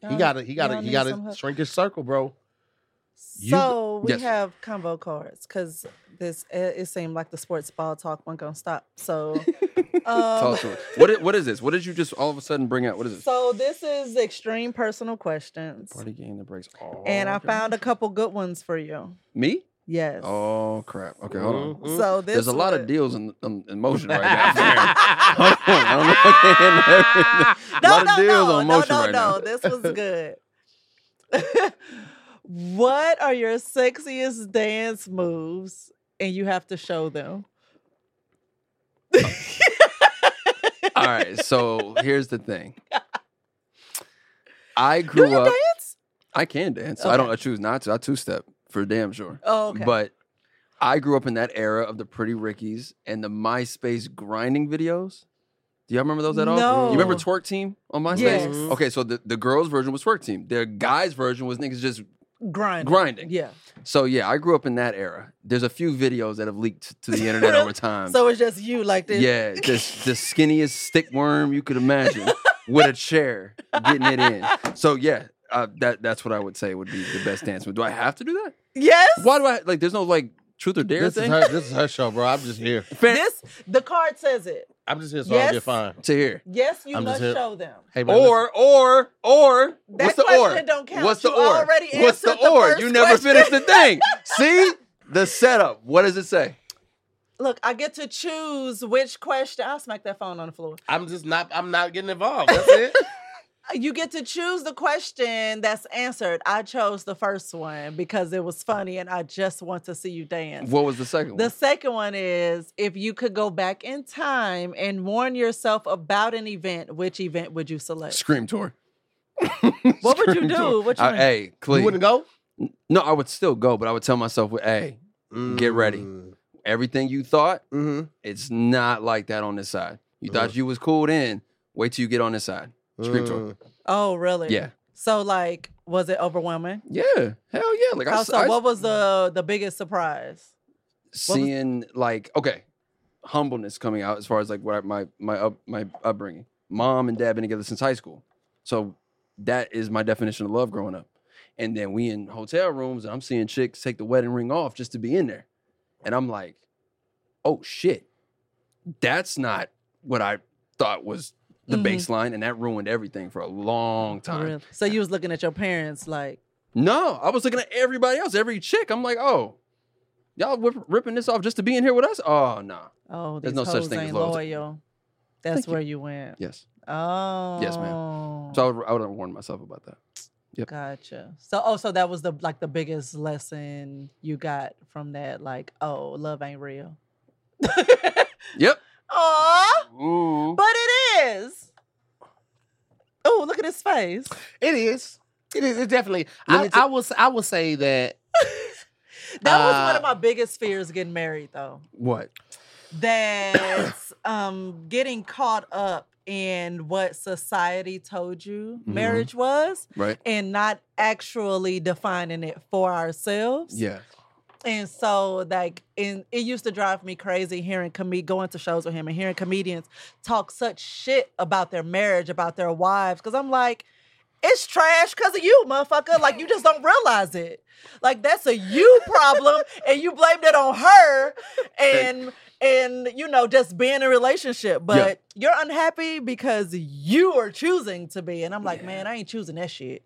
He Um, gotta, he gotta, y'all he need some gotta help. shrink his circle, bro. You- So we yes. have convo cards because this it, it seemed like the sports ball talk wasn't gonna stop. So, um, Talk to it. What is, what is this? What did you just all of a sudden bring out? What is this? so this is extreme personal questions, Party game that breaks all. and I records. found a couple good ones for you. me. Yes. Oh crap. Okay, hold on. Mhm. So this There's a lot of one- deals in, in, in motion right now. Hold on. I'm looking at everything. No, a lot no, of deals no, on no, motion no, no. right now. This was good. what are your sexiest dance moves, and you have to show them? All right, so here's the thing. I Do grew you up. dance? I can dance. I don't. Okay. I choose not to. I two step for damn sure. Oh, okay. But I grew up in that era of the Pretty Rickies and the MySpace grinding videos. Do y'all remember those at all? You remember No. Twerk Team on MySpace? Yes. Okay, so the, the girls' version was Twerk Team. Their guys' version was niggas just grinding. grinding. Yeah. So yeah, I grew up in that era. There's a few videos that have leaked to the internet over time. So it's just you like this. yeah, just the skinniest stick worm you could imagine with a chair getting it in. So yeah, uh, that that's what I would say would be the best dance move. Do I have to do that? Yes. Why do I like? There's no like truth or dare This is thing. her. This is her show, bro. I'm just here. Fan- This the card says it. I'm just here so I Yes. get fined. to hear. Yes, you I'm must just here- show them. Hey, man, listen. Or or or That what's the question or? don't count. What's the You or? already what's the answered the or? first You never question. finished the thing. See the setup. What does it say? Look, I get to choose which question. I'll smack that phone on the floor. I'm just not. I'm not getting involved. That's it. You get to choose the question that's answered. I chose the first one because it was funny and I just want to see you dance. What was the second The one? second one is if you could go back in time and warn yourself about an event, which event would you select? Scream tour. What would you Scream do? tour. What you I- mean? hey, you Cleve. wouldn't go. No, I would still go, but I would tell myself, hey, Get ready. Mm. everything you thought, Mm-hmm. it's not like that on this side. You thought you was cool then. Wait till you get on this side. Scream tour. Oh, really? Yeah. So, like, was it overwhelming? Yeah. Hell yeah. Like I, Oh, s- so I s- what was the the biggest surprise? What was- seeing like okay, humbleness coming out as far as like what I, my my up, my upbringing. Mom and dad been together since high school, so that is my definition of love growing up. And then we in hotel rooms, and I'm seeing chicks take the wedding ring off just to be in there, and I'm like, oh shit, that's not what I thought was the Mhm. baseline, and that ruined everything for a long time. Really? So you was looking at your parents like, No, I was looking at everybody else, every chick. I'm like, oh, y'all whip, ripping this off just to be in here with us? Oh, nah. oh, these There's no such hoes thing as ain't loyalty. loyal. That's where you went. Yes. Oh. ma'am. So I would, I would have warned myself about that. Yep. Gotcha. So oh, so that was the like the biggest lesson you got from that, like, oh, love ain't real. Yep. Aw, Ooh. but it is. Oh, look at his face. It is. It is. It definitely. Let I, me ta- I will. s- I will say that. That was one Uh, of my biggest fears getting married though. What? That um getting caught up in what society told you Mhm. marriage was Right? and not actually defining it for ourselves. Yeah. And so, like, and it used to drive me crazy hearing com- going to shows with him and hearing comedians talk such shit about their marriage, about their wives, because I'm like, it's trash because of you, motherfucker. Like, you just don't realize it. Like, that's a you problem, and you blamed it on her, and and you know just being in a relationship. But you're unhappy because you are choosing to be, and I'm like, man, I ain't choosing that shit.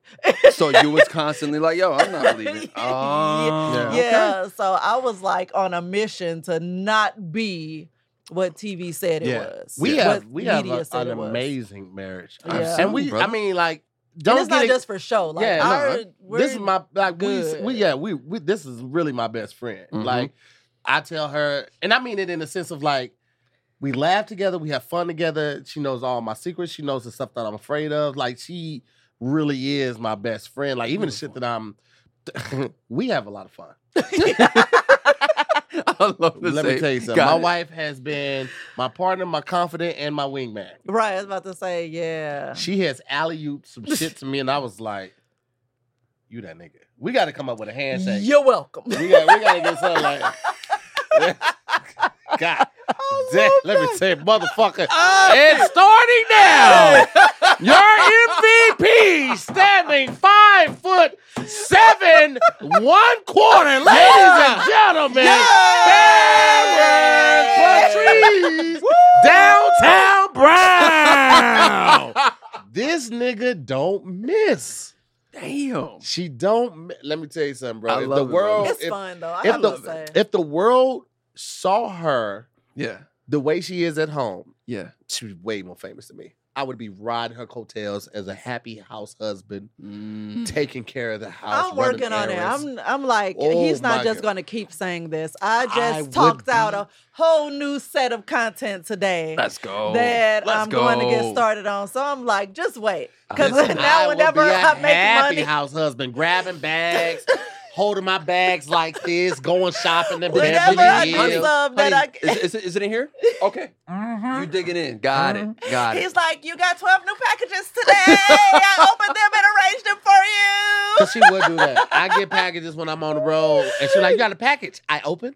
So you was constantly like, yo, I'm not believing. Yeah. Oh. Yeah. okay. Yeah, so I was like on a mission to not be what TV said it Yeah. was. We what have we have media a- said an it was. amazing marriage, I've Yeah. seen, and we. I brother. mean, like, And don't it's get not it- just for show. Like Yeah, no, our, I- we're, this is my like we, s- good. we yeah we, we this is really my best friend Mhm. like i tell her and i mean it in the sense of like we laugh together we have fun together she knows all my secrets she knows the stuff that i'm afraid of like she really is my best friend like even Mm-hmm. the shit that i'm we have a lot of fun I love this. let me tell you something my wife has been my partner my confidant and my wingman right. I was about to say, yeah. she has alley ooped some shit to me and i was like you that nigga we got to come up with a handshake You're welcome. We got we gotta get something like God damn, let me say motherfucker. Ah, It's starting now. Your MVP Standing five foot seven, one quarter, ladies and gentlemen. Aaron Patrice, downtown Brown. this nigga don't miss. Damn. She don't. mi- Let me tell you something, bro. I If love it, the bro. world, it's if- fun though. I if have the to say. if the world saw her Yeah. the way she is at home, Yeah. she was way more famous than me. I would be riding her coattails as a happy house husband, Mm. taking care of the house. I'm working running on errands. it. I'm I'm like Oh, he's my not just God. going to keep saying this. I I just would talked out be- a whole new set of content today. Let's go. that Let's I'm going to get go. started on. So I'm like, just wait. Because Listen, now, would whenever be a I make happy money, house husband, grabbing bags, holding my bags like this, going shopping and Whenever I Beverly do Hills. love that I is, is, it- is it in here? Okay. You digging in. Got it. Got Uh-huh. it. he's like, you got 12 new packages today. I opened them and arranged them for you. 'Cause she would do that. I get packages when I'm on the road, and she's like, "You got a package? I open."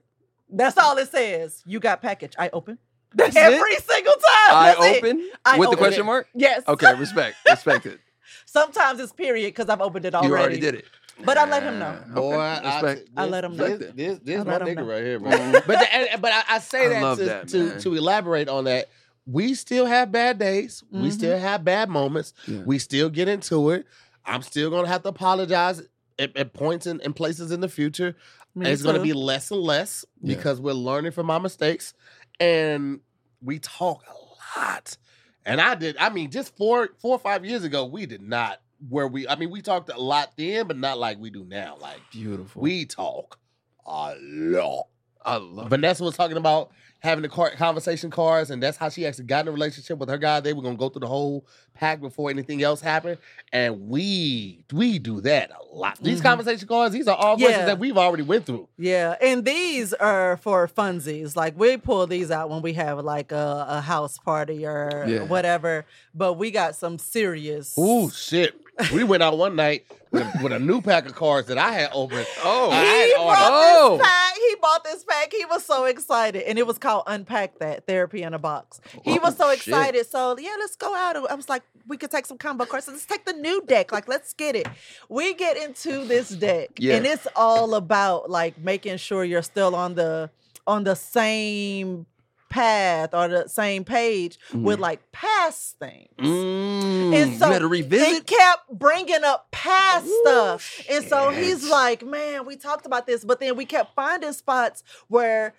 That's all it says. You got package. I open. That's Every single time. I That's it. open I with the open question it. mark. Yes. Okay, respect, respect it. Sometimes it's period because I've opened it already. You already did it, But I let him know. Ah, Boy, okay, I, respect. I let 'em know. This, this, this I my let 'em nigga know. Mm-hmm. right here, bro. Mhm. But the, and- but I, I say I that, love to, that, to man. to elaborate on that. We still have bad days. We Mhm. still have bad moments. Yeah. We still get into it. I'm still gonna have to apologize at, at points and, and places in the future. Me it's gonna too. be less and less Yeah. because we're learning from our mistakes, and we talk a lot. And I did. I mean, just four four or five years ago, we did not. Where we, I mean, we talked a lot then, but not like we do now. Like beautiful. we talk a lot. I love it. Vanessa was talking about having the car- conversation cards, and that's how she actually got in a relationship with her guy. They were gonna go through the whole pack before anything else happened, and we we do that a lot. These Mhm. conversation cards, these are all Yeah. questions that we've already went through. Yeah, and these are for funsies. Like we pull these out when we have like a, a house party or Yeah. whatever. But we got some serious. Ooh, shit! We went out one night with, with a new pack of cards that I had opened. He I Oh, had brought this ordered- Oh. pack. He bought this pack, he was so excited. And it was called Unpack That Therapy in a Box. He was so Oh, shit. excited. So, yeah, let's go out. I was like, we could take some combo courses. Let's take the new deck. Like, let's get it. We get into this deck. Yeah. And it's all about like making sure you're still on the on the same path or the same page Mm-hmm. with like past things. Mm, And so you had to They revisit. kept bringing up past Ooh, stuff. And so he's shit. like, man, we talked about this, but then we kept finding spots where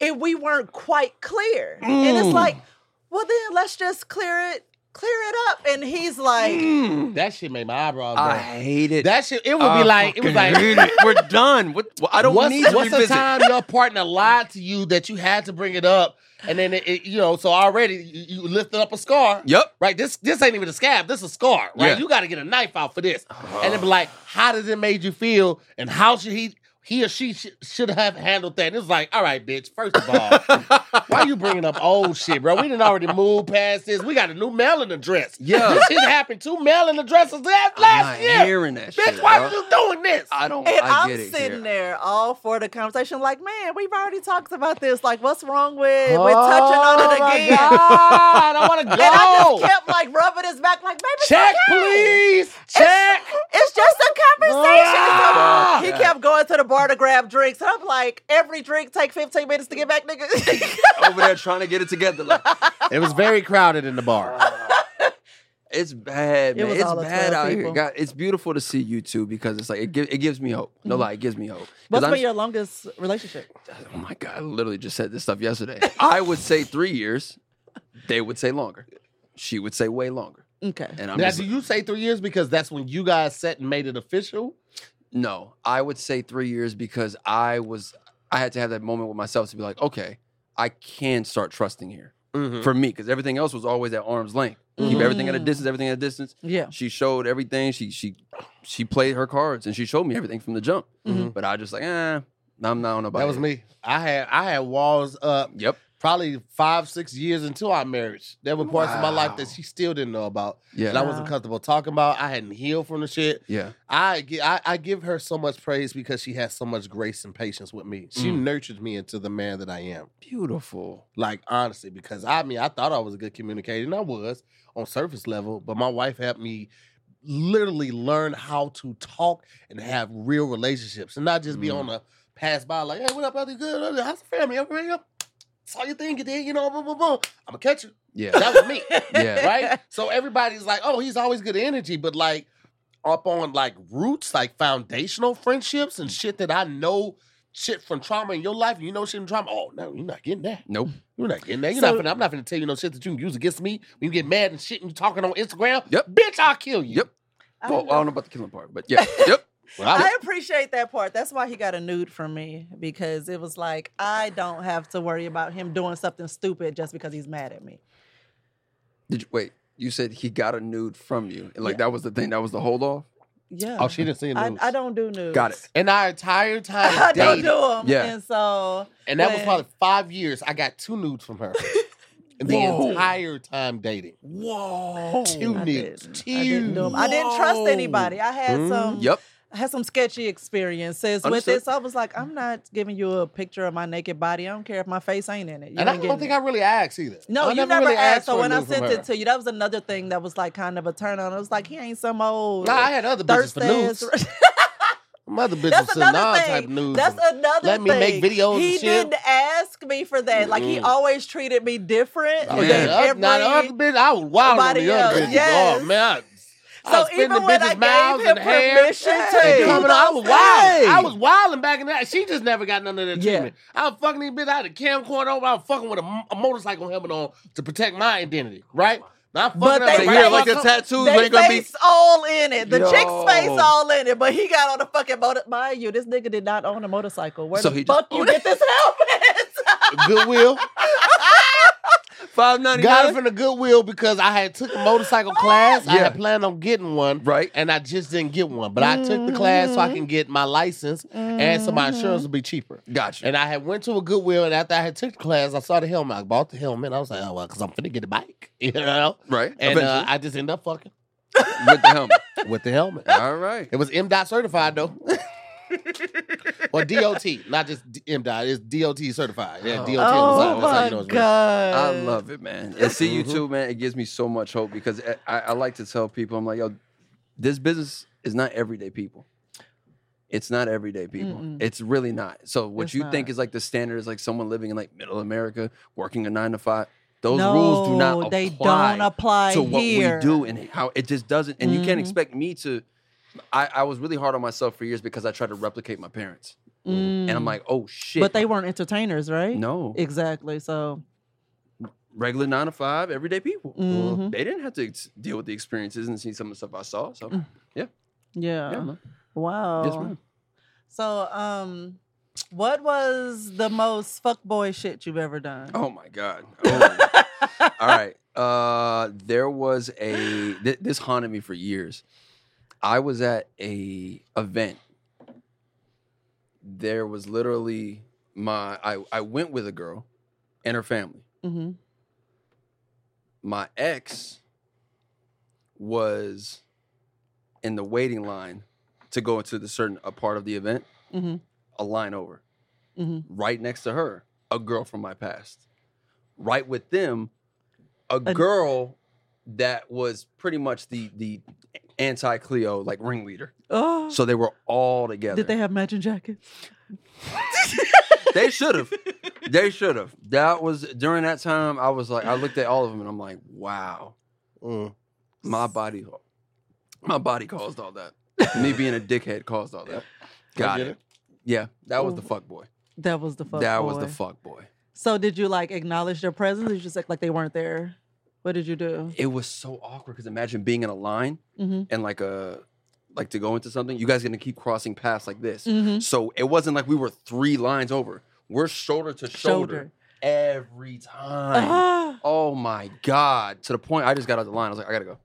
if we weren't quite clear. And Mm. it's like, well then let's just clear it, clear it up. And he's like, Mm, That shit made my eyebrows. I burn. hate it. That shit. It would I be like it was fucking like. hate it. we're done. What, well, I don't what's, need to what's the revisit. time your partner lied to you that you had to bring it up, and then it, it- you know, so already you, you lifted up a scar. Yep. Right, this this ain't even a scab. This is a scar. Right, Yeah. you got to get a knife out for this, and it be like, how does it made you feel, and how should he he or she sh- should have handled that? And it's like, all right, bitch. First of all, why you bringing up old shit, bro? We didn't already move past this. We got a new mailing address. Yeah. this shit happened two mailing addresses last last I'm not year. hearing that Bitch, shit, why bro. are you doing this? I don't. and I I'm get it sitting there here. all for the conversation, like, man, we've already talked about this. Like, what's wrong with with touching on it Oh, my again? God, I want to go. And I just kept like rubbing his back, like, baby, it's Check, okay. please. Check. It's just a conversation. Ah! he kept going to the bar to grab drinks. And I'm like, every drink take 15 minutes to get back, nigga. over there trying to get it together. Like, It was very crowded in the bar. it's bad, It man. was it's all of bad 12 out here. people. God, it's beautiful to see you too because it's like it, give, it gives me hope. Mm-hmm. No lie, it gives me hope. 'Cause What's I'm- been your longest relationship? oh my god, I literally just said this stuff yesterday. I would say three years. They would say longer. She would say way longer. Okay. And I'm Now, just- do you say three years because that's when you guys set and made it official? no, I would say three years because I was I had to have that moment with myself to be like, okay, I can start trusting here Mm. Mm-hmm. for me because everything else was always at arm's length. Keep everything at a Mhm. distance. Everything at a distance. Yeah. she showed everything. She she she played her cards and she showed me everything from the jump. Mhm. But I just like, eh, I'm not on about That was it. me. I had I had walls up Yep. probably five six years into our marriage. There were parts of my life that Wow. she still didn't know about Yeah. that I wasn't Wow. comfortable talking about. I hadn't healed from the shit. yeah. I, gi- I I give her so much praise because she has so much grace and patience with me. She Mm. nurtured me into the man that I am. Beautiful. Like honestly, because I mean, I thought I was a good communicator, and I was on surface level. But my wife helped me literally learn how to talk and have real relationships, and not just be Mm. on a pass by like, "Hey, what up, brother? Good? How's the family? Everybody up? Saw your thing, you did, you know? Boom, boom, boom. I'm gonna catch you." Yeah. That was me yeah. right? So everybody's like, oh, he's always good energy, but like up on like roots, like foundational friendships and shit that I know shit from trauma in your life, and you know shit from trauma. Oh no, you're not getting that. Nope. You're not getting that. You're So- not finna, I'm not finna tell you no shit that you can use against me when you get mad and shit and you talking on Instagram. Yep. Bitch, I'll kill you. Yep. I Well, I don't know. don't know about the killing part, but yeah. yep. Well, um, I- I appreciate that part. That's why he got a nude from me because it was like, I don't have to worry about him doing something stupid just because he's mad at me. Did you wait? You said he got a nude from you, and like that was the thing. That was the hold off. Yeah. oh, she didn't see I, news. I don't do nudes. Got it. And our entire time I don't dating, do them. Yeah. And so, and that was Wait. probably five years. I got two nudes from her. the Whoa. entire time dating. Whoa. Two I nudes. Mm, didn't, Two. I didn't do 'em. I didn't trust Whoa. anybody. I had some. Yep. I had some sketchy experiences Understood. with this. I was like, I'm not giving you a picture of my naked body. I don't care if my face ain't in it. You and I ain't don't getting think it. I really asked either. No, I you never really asked. So for a when I nude from sent her. it to you, that was another thing that was like kind of a turn on. I was like, he ain't some old Nah, I had other bitches thirsty. for nudes. ass- My other bitches That's for all another type of thing. nudes. That's another let me thing. make videos He and shit. didn't ask me for that. Like he Mm. always treated me different Oh, Man. than yeah, every. the other- nah, the other bitch, I was wild on Nobody the other else. bitches. Yes. Oh man. I, I so was spitting even in when bitches' I mouths gave him and hair. permission And to, Hey. coming, I was wild. Hey. I was wilding back in that. She just never got none of that Yeah. treatment. I was fucking these bitches. I had a camcorder on. I was fucking with a, m- a motorcycle helmet on to protect my identity, right? Now, I'm fucking But up they right Like here, now, like I the come- tattoos They ain't gonna be. face all in it. The Yo. chick's face all in it, but he got on the fucking motor. Mind you, this nigga did not own a motorcycle. Where So the he just fuck you owned get this helmet? Goodwill. Five ninety Got it nine. from the Goodwill because I had took a motorcycle class. I Yeah. had planned on getting one, Right. And I just didn't get one. But I took the class so I can get my license, and so my insurance would be cheaper. Got you. And I had went to a Goodwill, and after I had took the class, I saw the helmet. I bought the helmet. I was like, oh well, because I'm finna get a bike, you know. Right. And uh, Eventually. I just ended up fucking with the helmet. with the helmet. All right. It was M dot certified though. or DOT, not just D- MDOT. It's DOT certified. Yeah, Oh. DOT. Oh on the side. That's how my you know it's real. god! I love it, man. And see you mm-hmm. Mhm. too, man. It gives me so much hope because I, I, I like to tell people, I'm like, yo, this business is not everyday people. It's not everyday people. Mm-mm. It's really not. So what It's you think not. is like the standard is like someone living in like middle America, working a nine to five. Those no, rules do not apply They don't apply to what here. we do and how it just doesn't. And you can't Mhm. expect me to. I, I was really hard on myself for years because I tried to replicate my parents, and I'm Mm. like, oh shit. but they weren't entertainers, right? no exactly. So regular nine to five, everyday people. Mhm. They didn't have to ex- deal with the experiences and see some of the stuff I saw. So Mm. yeah, yeah, man. wow. Yes, ma'am. So um, what was the most fuckboy shit you've ever done? Oh my god. Oh. All right. Uh, there was a th- this haunted me for years. I was at a event. There was literally my I I went with a girl and her family. hmm my ex was in the waiting line to go into the certain a part of the event, hmm a line over. hmm Right next to her, a girl from my past. Right with them, a A- girl that was pretty much the the anti Cleo like ringleader. Oh, So they were all together. did they have matching jackets? they should have. They should have. That was during that time. I was like, I looked at all of them and I'm like, wow. Mm. My body, my body caused all that. Me being a dickhead caused all that. I Got get it. Yeah, that was the fuck boy. That was the Oh, fuck. that was the boy. fuck boy. So did you like acknowledge their presence? Or you just act like they weren't there. What did you do? It was so awkward because imagine being in a line hmm and like a like to go into something. You guys gonna keep crossing paths like this. hmm So it wasn't like we were three lines over. We're shoulder to shoulder, Shoulder. Uh-huh. every time. Oh my god! To the point, I just got out the line. I was like, I gotta go.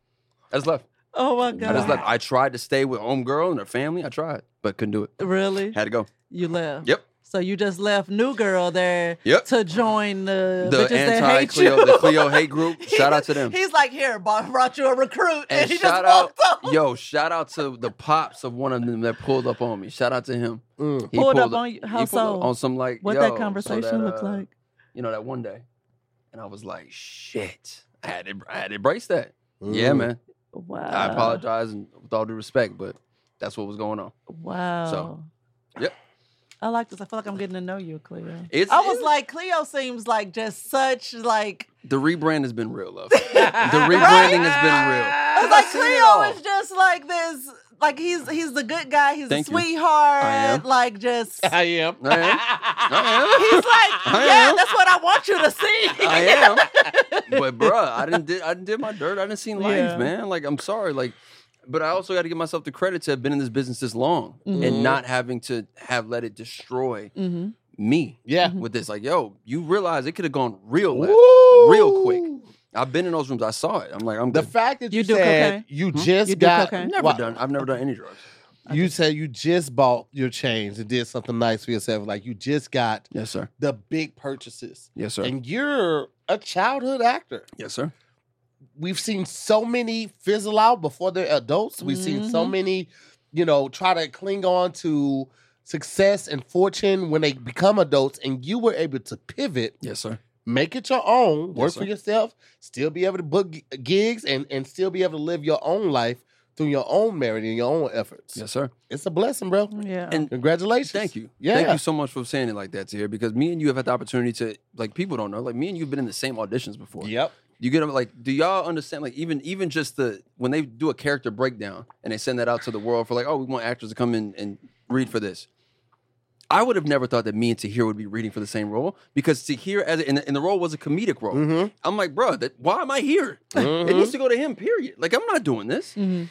I just left. oh my I god! just left. I tried to stay with homegirl and her family. I tried, but couldn't do it. Really? Had to go. You left. Yep. So you just left new girl there Yep. to join the, the bitches that anti hate Cleo, you. the Cleo hate group. Shout out to them. He's like, here, bro- brought you a recruit, and, And he shout just out, walked up. yo, shout out to the pops of one of them that pulled up on me. Shout out to him. Mm. He Pulled up on you? he How pulled up so? On some like What yo, that so conversation that, looked uh, like? You know that one day, and I was like, shit. I had to, I had to embrace that. Mm. Yeah, man. Wow. I apologize and with all due respect, but that's what was going on. Wow. yep. I like this. I feel like I'm getting to know you, Cleo. It's- I was it- like, Cleo seems like just such like. The rebrand has been real, love. the rebranding has It's like seen it Cleo all. is just like this. Like he's he's the good guy. He's Thank a you. I am. sweetheart. Like just. I am. been real. I am. He's I like, I yeah, am. that's what I want you to see. am. I am. but bruh, I didn't did I didn't did my dirt. I didn't seen life, Yeah. man. Like I'm sorry, like, but I also got to give myself the credit to have been in this business this long Mhm. and not having to have let it destroy Mm-hmm. me Yeah. with this. Like, yo, you realize it could have gone real left, real Woo! quick. I've been in those rooms. I saw it. I'm like, I'm The good. fact that you, You do said cocaine? you Hmm? just You do got cocaine? never Wow. done. I've never done any drugs. You said you just bought your chains and did something nice for yourself. Like you just got Yes, sir. the big purchases, Yes, sir. and you're a childhood actor. yes, sir. we've seen so many fizzle out before they're adults. We've seen so Mhm. many, you know, try to cling on to success and fortune when they become adults, and you were able to pivot, Yes, sir. make it your own, work Yes, for sir. yourself, still be able to book gi- gigs, and and still be able to live your own life through your own merit and your own efforts. Yes, sir. It's a blessing, bro. Yeah. And Congratulations. Thank you. Yeah. Thank you so much for saying it like that, Tahir, because me and you have had the opportunity to, like, people don't know, like, me and you've been in the same auditions before. Yep. You get 'em, like, do y'all understand? Like, even even just the when they do a character breakdown and they send that out to the world for like, oh, we want actors to come in and read for this. I would have never thought that me and Tahir would be reading for the same role because Tahir, as and, and the role was a comedic role. Mm-hmm. I'm like, bro, that, why am I here? It needs to go to him. Period. Like, I'm not doing this Mhm.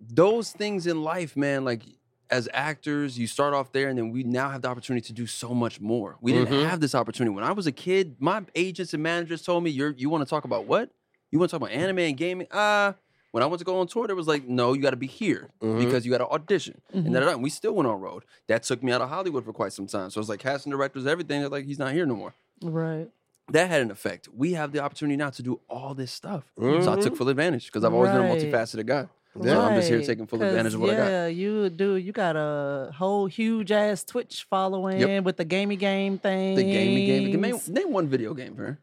those things in life, man, like as actors, you start off there and then we now have the opportunity to do so much more. We Mhm. didn't have this opportunity. When I was a kid, my agents and managers told me, You're you want to talk about what? You want to talk about anime and gaming? Uh when I went to go on tour, there was like, no, you gotta be here Mhm. because you gotta audition. Mhm. And, da-da-da. and we still went on road. That took me out of Hollywood for quite some time. So it's like casting directors, everything, they're like, he's not here no more. Right. That had an effect. We have the opportunity now to do all this stuff. So I took full advantage because I've always been a Mm-hmm. Right. multifaceted guy. Yeah. So I'm just here taking full 'cause, advantage of what I got. Yeah, you do. You got a whole huge ass Twitch following with the gamey game thing. The gamey game. Can Name, name one video game for her.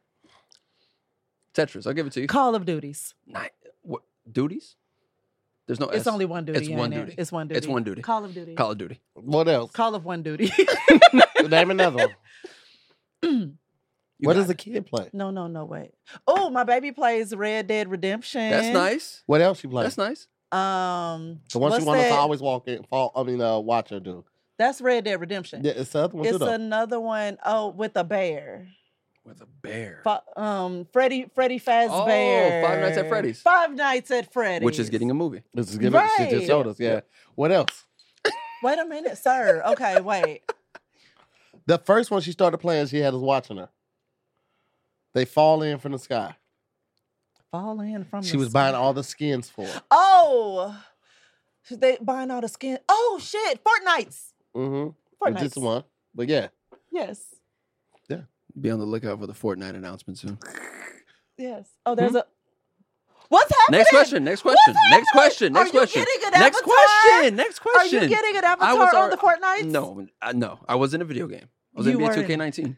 Tetris. I'll give it to you. Call of Duties. Night- what, duties? There's no. It's S. only one duty. it's ain't one it? duty. It's one duty. It's one duty. Call of Duty. Call of Duty. What else? Call of one duty. Name another one. You what got does the it. kid play? no, no, no. Wait. Oh, my baby plays Red Dead Redemption. That's nice. What else you play? That's nice. Um, The one she what's wanted that? to always walk in, fall. I mean, uh, watch her do. That's Red Dead Redemption. Yeah, it's the other one too, It's though. another one. Oh, with a bear. With a bear. Fa- um, Freddy, Freddy Oh, Fazbear. Five Nights at Freddy's. Five Nights at Freddy's. Which is getting a movie. This is giving. She Right. just showed us. Yeah. What else? Wait a minute, sir. Okay, wait. The first one she started playing, she had us watching her. They fall in from the sky. Fall in from. She the was sky. buying all the skins for. Her. Oh, they buying all the skin. Oh shit, Fortnite's. Mm-hmm. Fortnite's. Just one, but yeah. Yes. Be on the lookout for the Fortnite announcement soon. Yes. Oh, there's a. What's happening? Hmm? Next question. Next question. Next question. Are Next you question. getting an Next avatar? question. Next Are question. you getting an I avatar was on alre- the Fortnite? No, I, no. I was in a video game. I was You NBA were in- 2K19.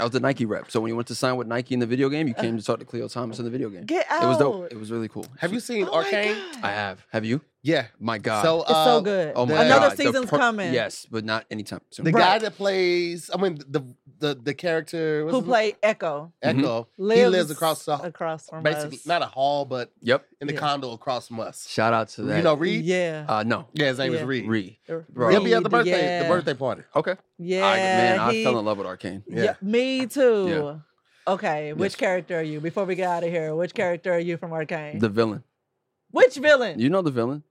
I was the Nike rep. So when you went to sign with Nike in the video game, you Uh, came to talk to Cleo Thomas in the video game. Get out. It was dope. It was really cool. Have you seen Oh my Arcane? God. I have. Have you? Yeah. My God. So It's uh, so good. oh my Another God. The season's per- coming. Yes, but not anytime soon. The Right. guy that plays, I mean, the the the character what's Who his name? played Echo? Echo. Lives he lives across the across from basically us. not a hall, but Yep. in the Yeah. condo across from us. Shout out to that. You know, Reed. Yeah. uh, no. Yeah, his name Yeah. is Reed. Re. Or bro. He'll be at the Reed, birthday, yeah. the birthday party. Okay. Yeah. I, man, I fell he- in love with Arcane. Yeah. Yeah. me too. Okay, which Yes. Oh. character are you? Before we get out of here, which character are you from Arcane? The villain. which villain? You know the villain?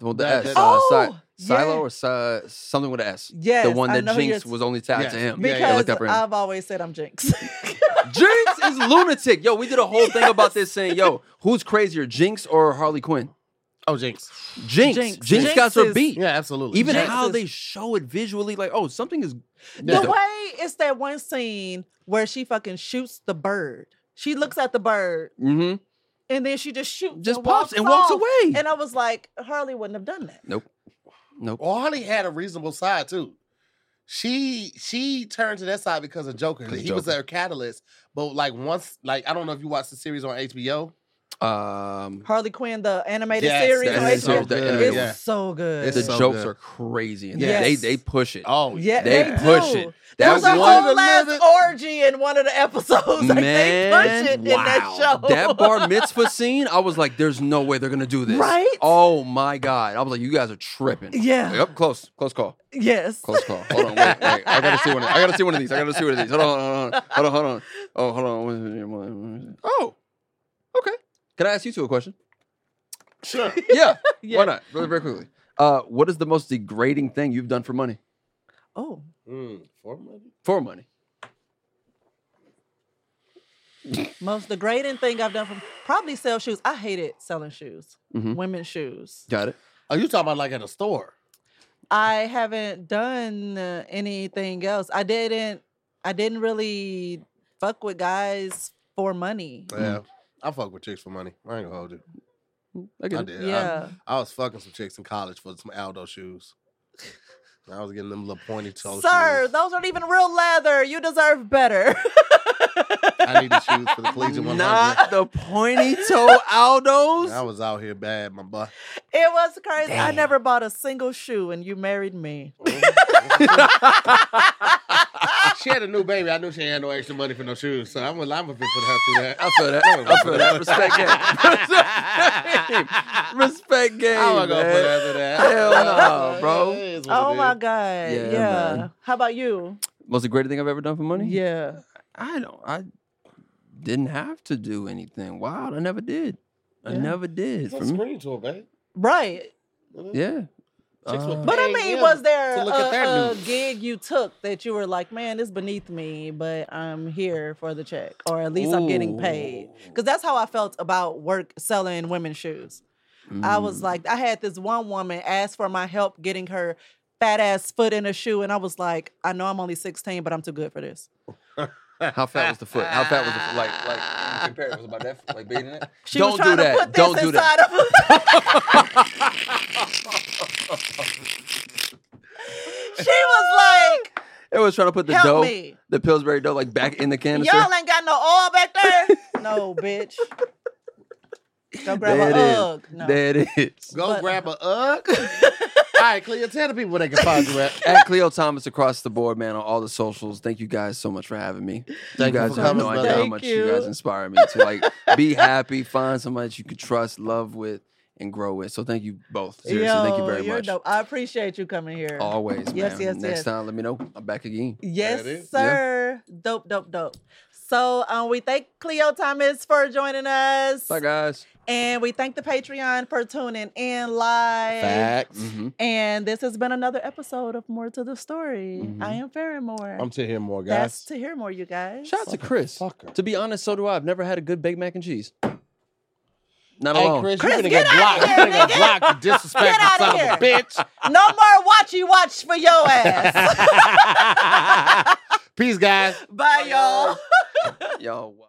The one with the That- S. that- uh, Oh, Si- yeah. Silo or Si- something with an S. yes, the one I that know who you're Jinx t- was only tied Yes. to him. Yeah, Because yeah, I looked up for him. I've always said I'm Jinx. Jinx is lunatic. Yo, we did a whole thing about this saying, yo, who's crazier, Jinx or Harley Quinn? Oh, Jinx. Jinx. Jinx. Jinx, Jinx got her is- beat. Yeah, absolutely. Even Jinx how is- they show it visually, like, oh, something is. the Yeah. way it's that one scene where she fucking shoots the bird. She looks at the bird Mhm. and then she just shoots, Just pops and walks off. away. And I was like, Harley wouldn't have done that. Nope. Well, Harley had a reasonable side too. She she turned to that side because of Joker. 'Cause of He was Joker. her catalyst. But like once, like I don't know if you watched the series on HBO. Um, Harley Quinn, the animated Yes, series, that on HBO, is so it's good, yeah. so good. It's the so jokes good. are crazy. And Yes. they, they push it. Oh Yeah, they, they push do. it. There That was a one- whole to last live it. orgy in one of the episodes. Like, they push it in that show. That bar mitzvah scene, I was like, there's no way they're gonna do this. Right? Oh my god. I was like, you guys are tripping. Yeah. Yep, close, close call. yes. Close call. Hold on, wait, wait. I gotta see one. Of, I gotta see one of these. I gotta see one of these. Hold on, hold on, hold on. Hold on. Oh, hold on. Oh, okay. Can I ask you two a question? sure. Yeah. Yeah. Why not? Really, very quickly. Uh, what is the most degrading thing you've done for money? Oh, Mm, for money. For money? most degrading thing I've done from probably sell shoes. I hated selling shoes, Mhm. women's shoes. Got it. Oh, you talking about like at a store? I haven't done uh, anything else. I didn't. I didn't really fuck with guys for money. Mm. Yeah. I fuck with chicks for money. I ain't gonna hold you. I get I it. did. I- Yeah. I, was fucking some chicks in college for some Aldo shoes. I was getting them little pointy toe Sir, shoes. those aren't even real leather. You deserve better. I needed shoes for the collegiate 100. Not the pointy toe Aldos. I was out here bad, my boy. It was crazy. I Damn. never bought a single shoe, and you married me. she had a new baby. I knew she had no extra money for no shoes, so I'm gonna I'm gonna put her through that. I feel that. I feel that. Respect game. Respect game. I'm not gonna put man. her through that. Hell no, bro. It is what Oh it my is. god! Yeah. Yeah, man. How about you? Most the greatest thing I've ever done for money? Yeah. I don't. I didn't have to do anything. Wow, I never did. I Yeah. never did. It's a For me. screen tour, babe. Right. Yeah. Chicks will Uh, But I Hey, mean, yeah, was there to a, look at their a nudes. gig you took that you were like, man, it's beneath me, but I'm here for the check, or at least I'm getting paid? Ooh. Because that's how I felt about work selling women's shoes. I was Mm. like, I had this one woman ask for my help getting her fat ass foot in a shoe, and I was like, I know I'm only 16, but I'm too good for this. how fat was the foot? How fat was the foot? Like, like Your parrot was about that, like beating it. She Don't was do trying that. to put this Don't do inside that. of She was like, It was trying to put the Help dough, me. the Pillsbury dough, like back in the canister. y'all ain't got no oil back there. no, bitch. Go grab There it a is. Ugg. No. There it is. Go But- uh-huh. grab a Ugg. All right, Cleo, tell the people where they can find you at. At Cleo Thomas across the board, man, on all the socials. Thank you guys so much for having me. Thank you guys for have coming, no idea how brother. much Thank you. you. guys inspire me to like be happy, find somebody that you can trust, love with, and grow with. So thank you both. Seriously, thank you Yo, very you're much. dope. I appreciate you coming here. Always, Yes, man. yes, Next yes. time, let me know. I'm back again. Yes, That is- yeah. sir. Dope, dope, dope. So um, we thank Cleo Thomas for joining us. Bye, guys. And we thank the Patreon for tuning in live. Facts. Mhm. And this has been another episode of More to the Story. Mm-hmm. I am Farron Moore. I'm to hear more, That's guys. to hear more, you guys. Shout out to Chris. Fucker. To be honest, so do I. I've never had a good baked mac and cheese. Not Hey, alone. Chris, Chris, you finna get get blocked. outta You here, finna get nigga. blocked, you disrespectful Get son outta of a here. bitch. No more watchy watch for your ass. Peace, guys. Bye, y'all. Yo.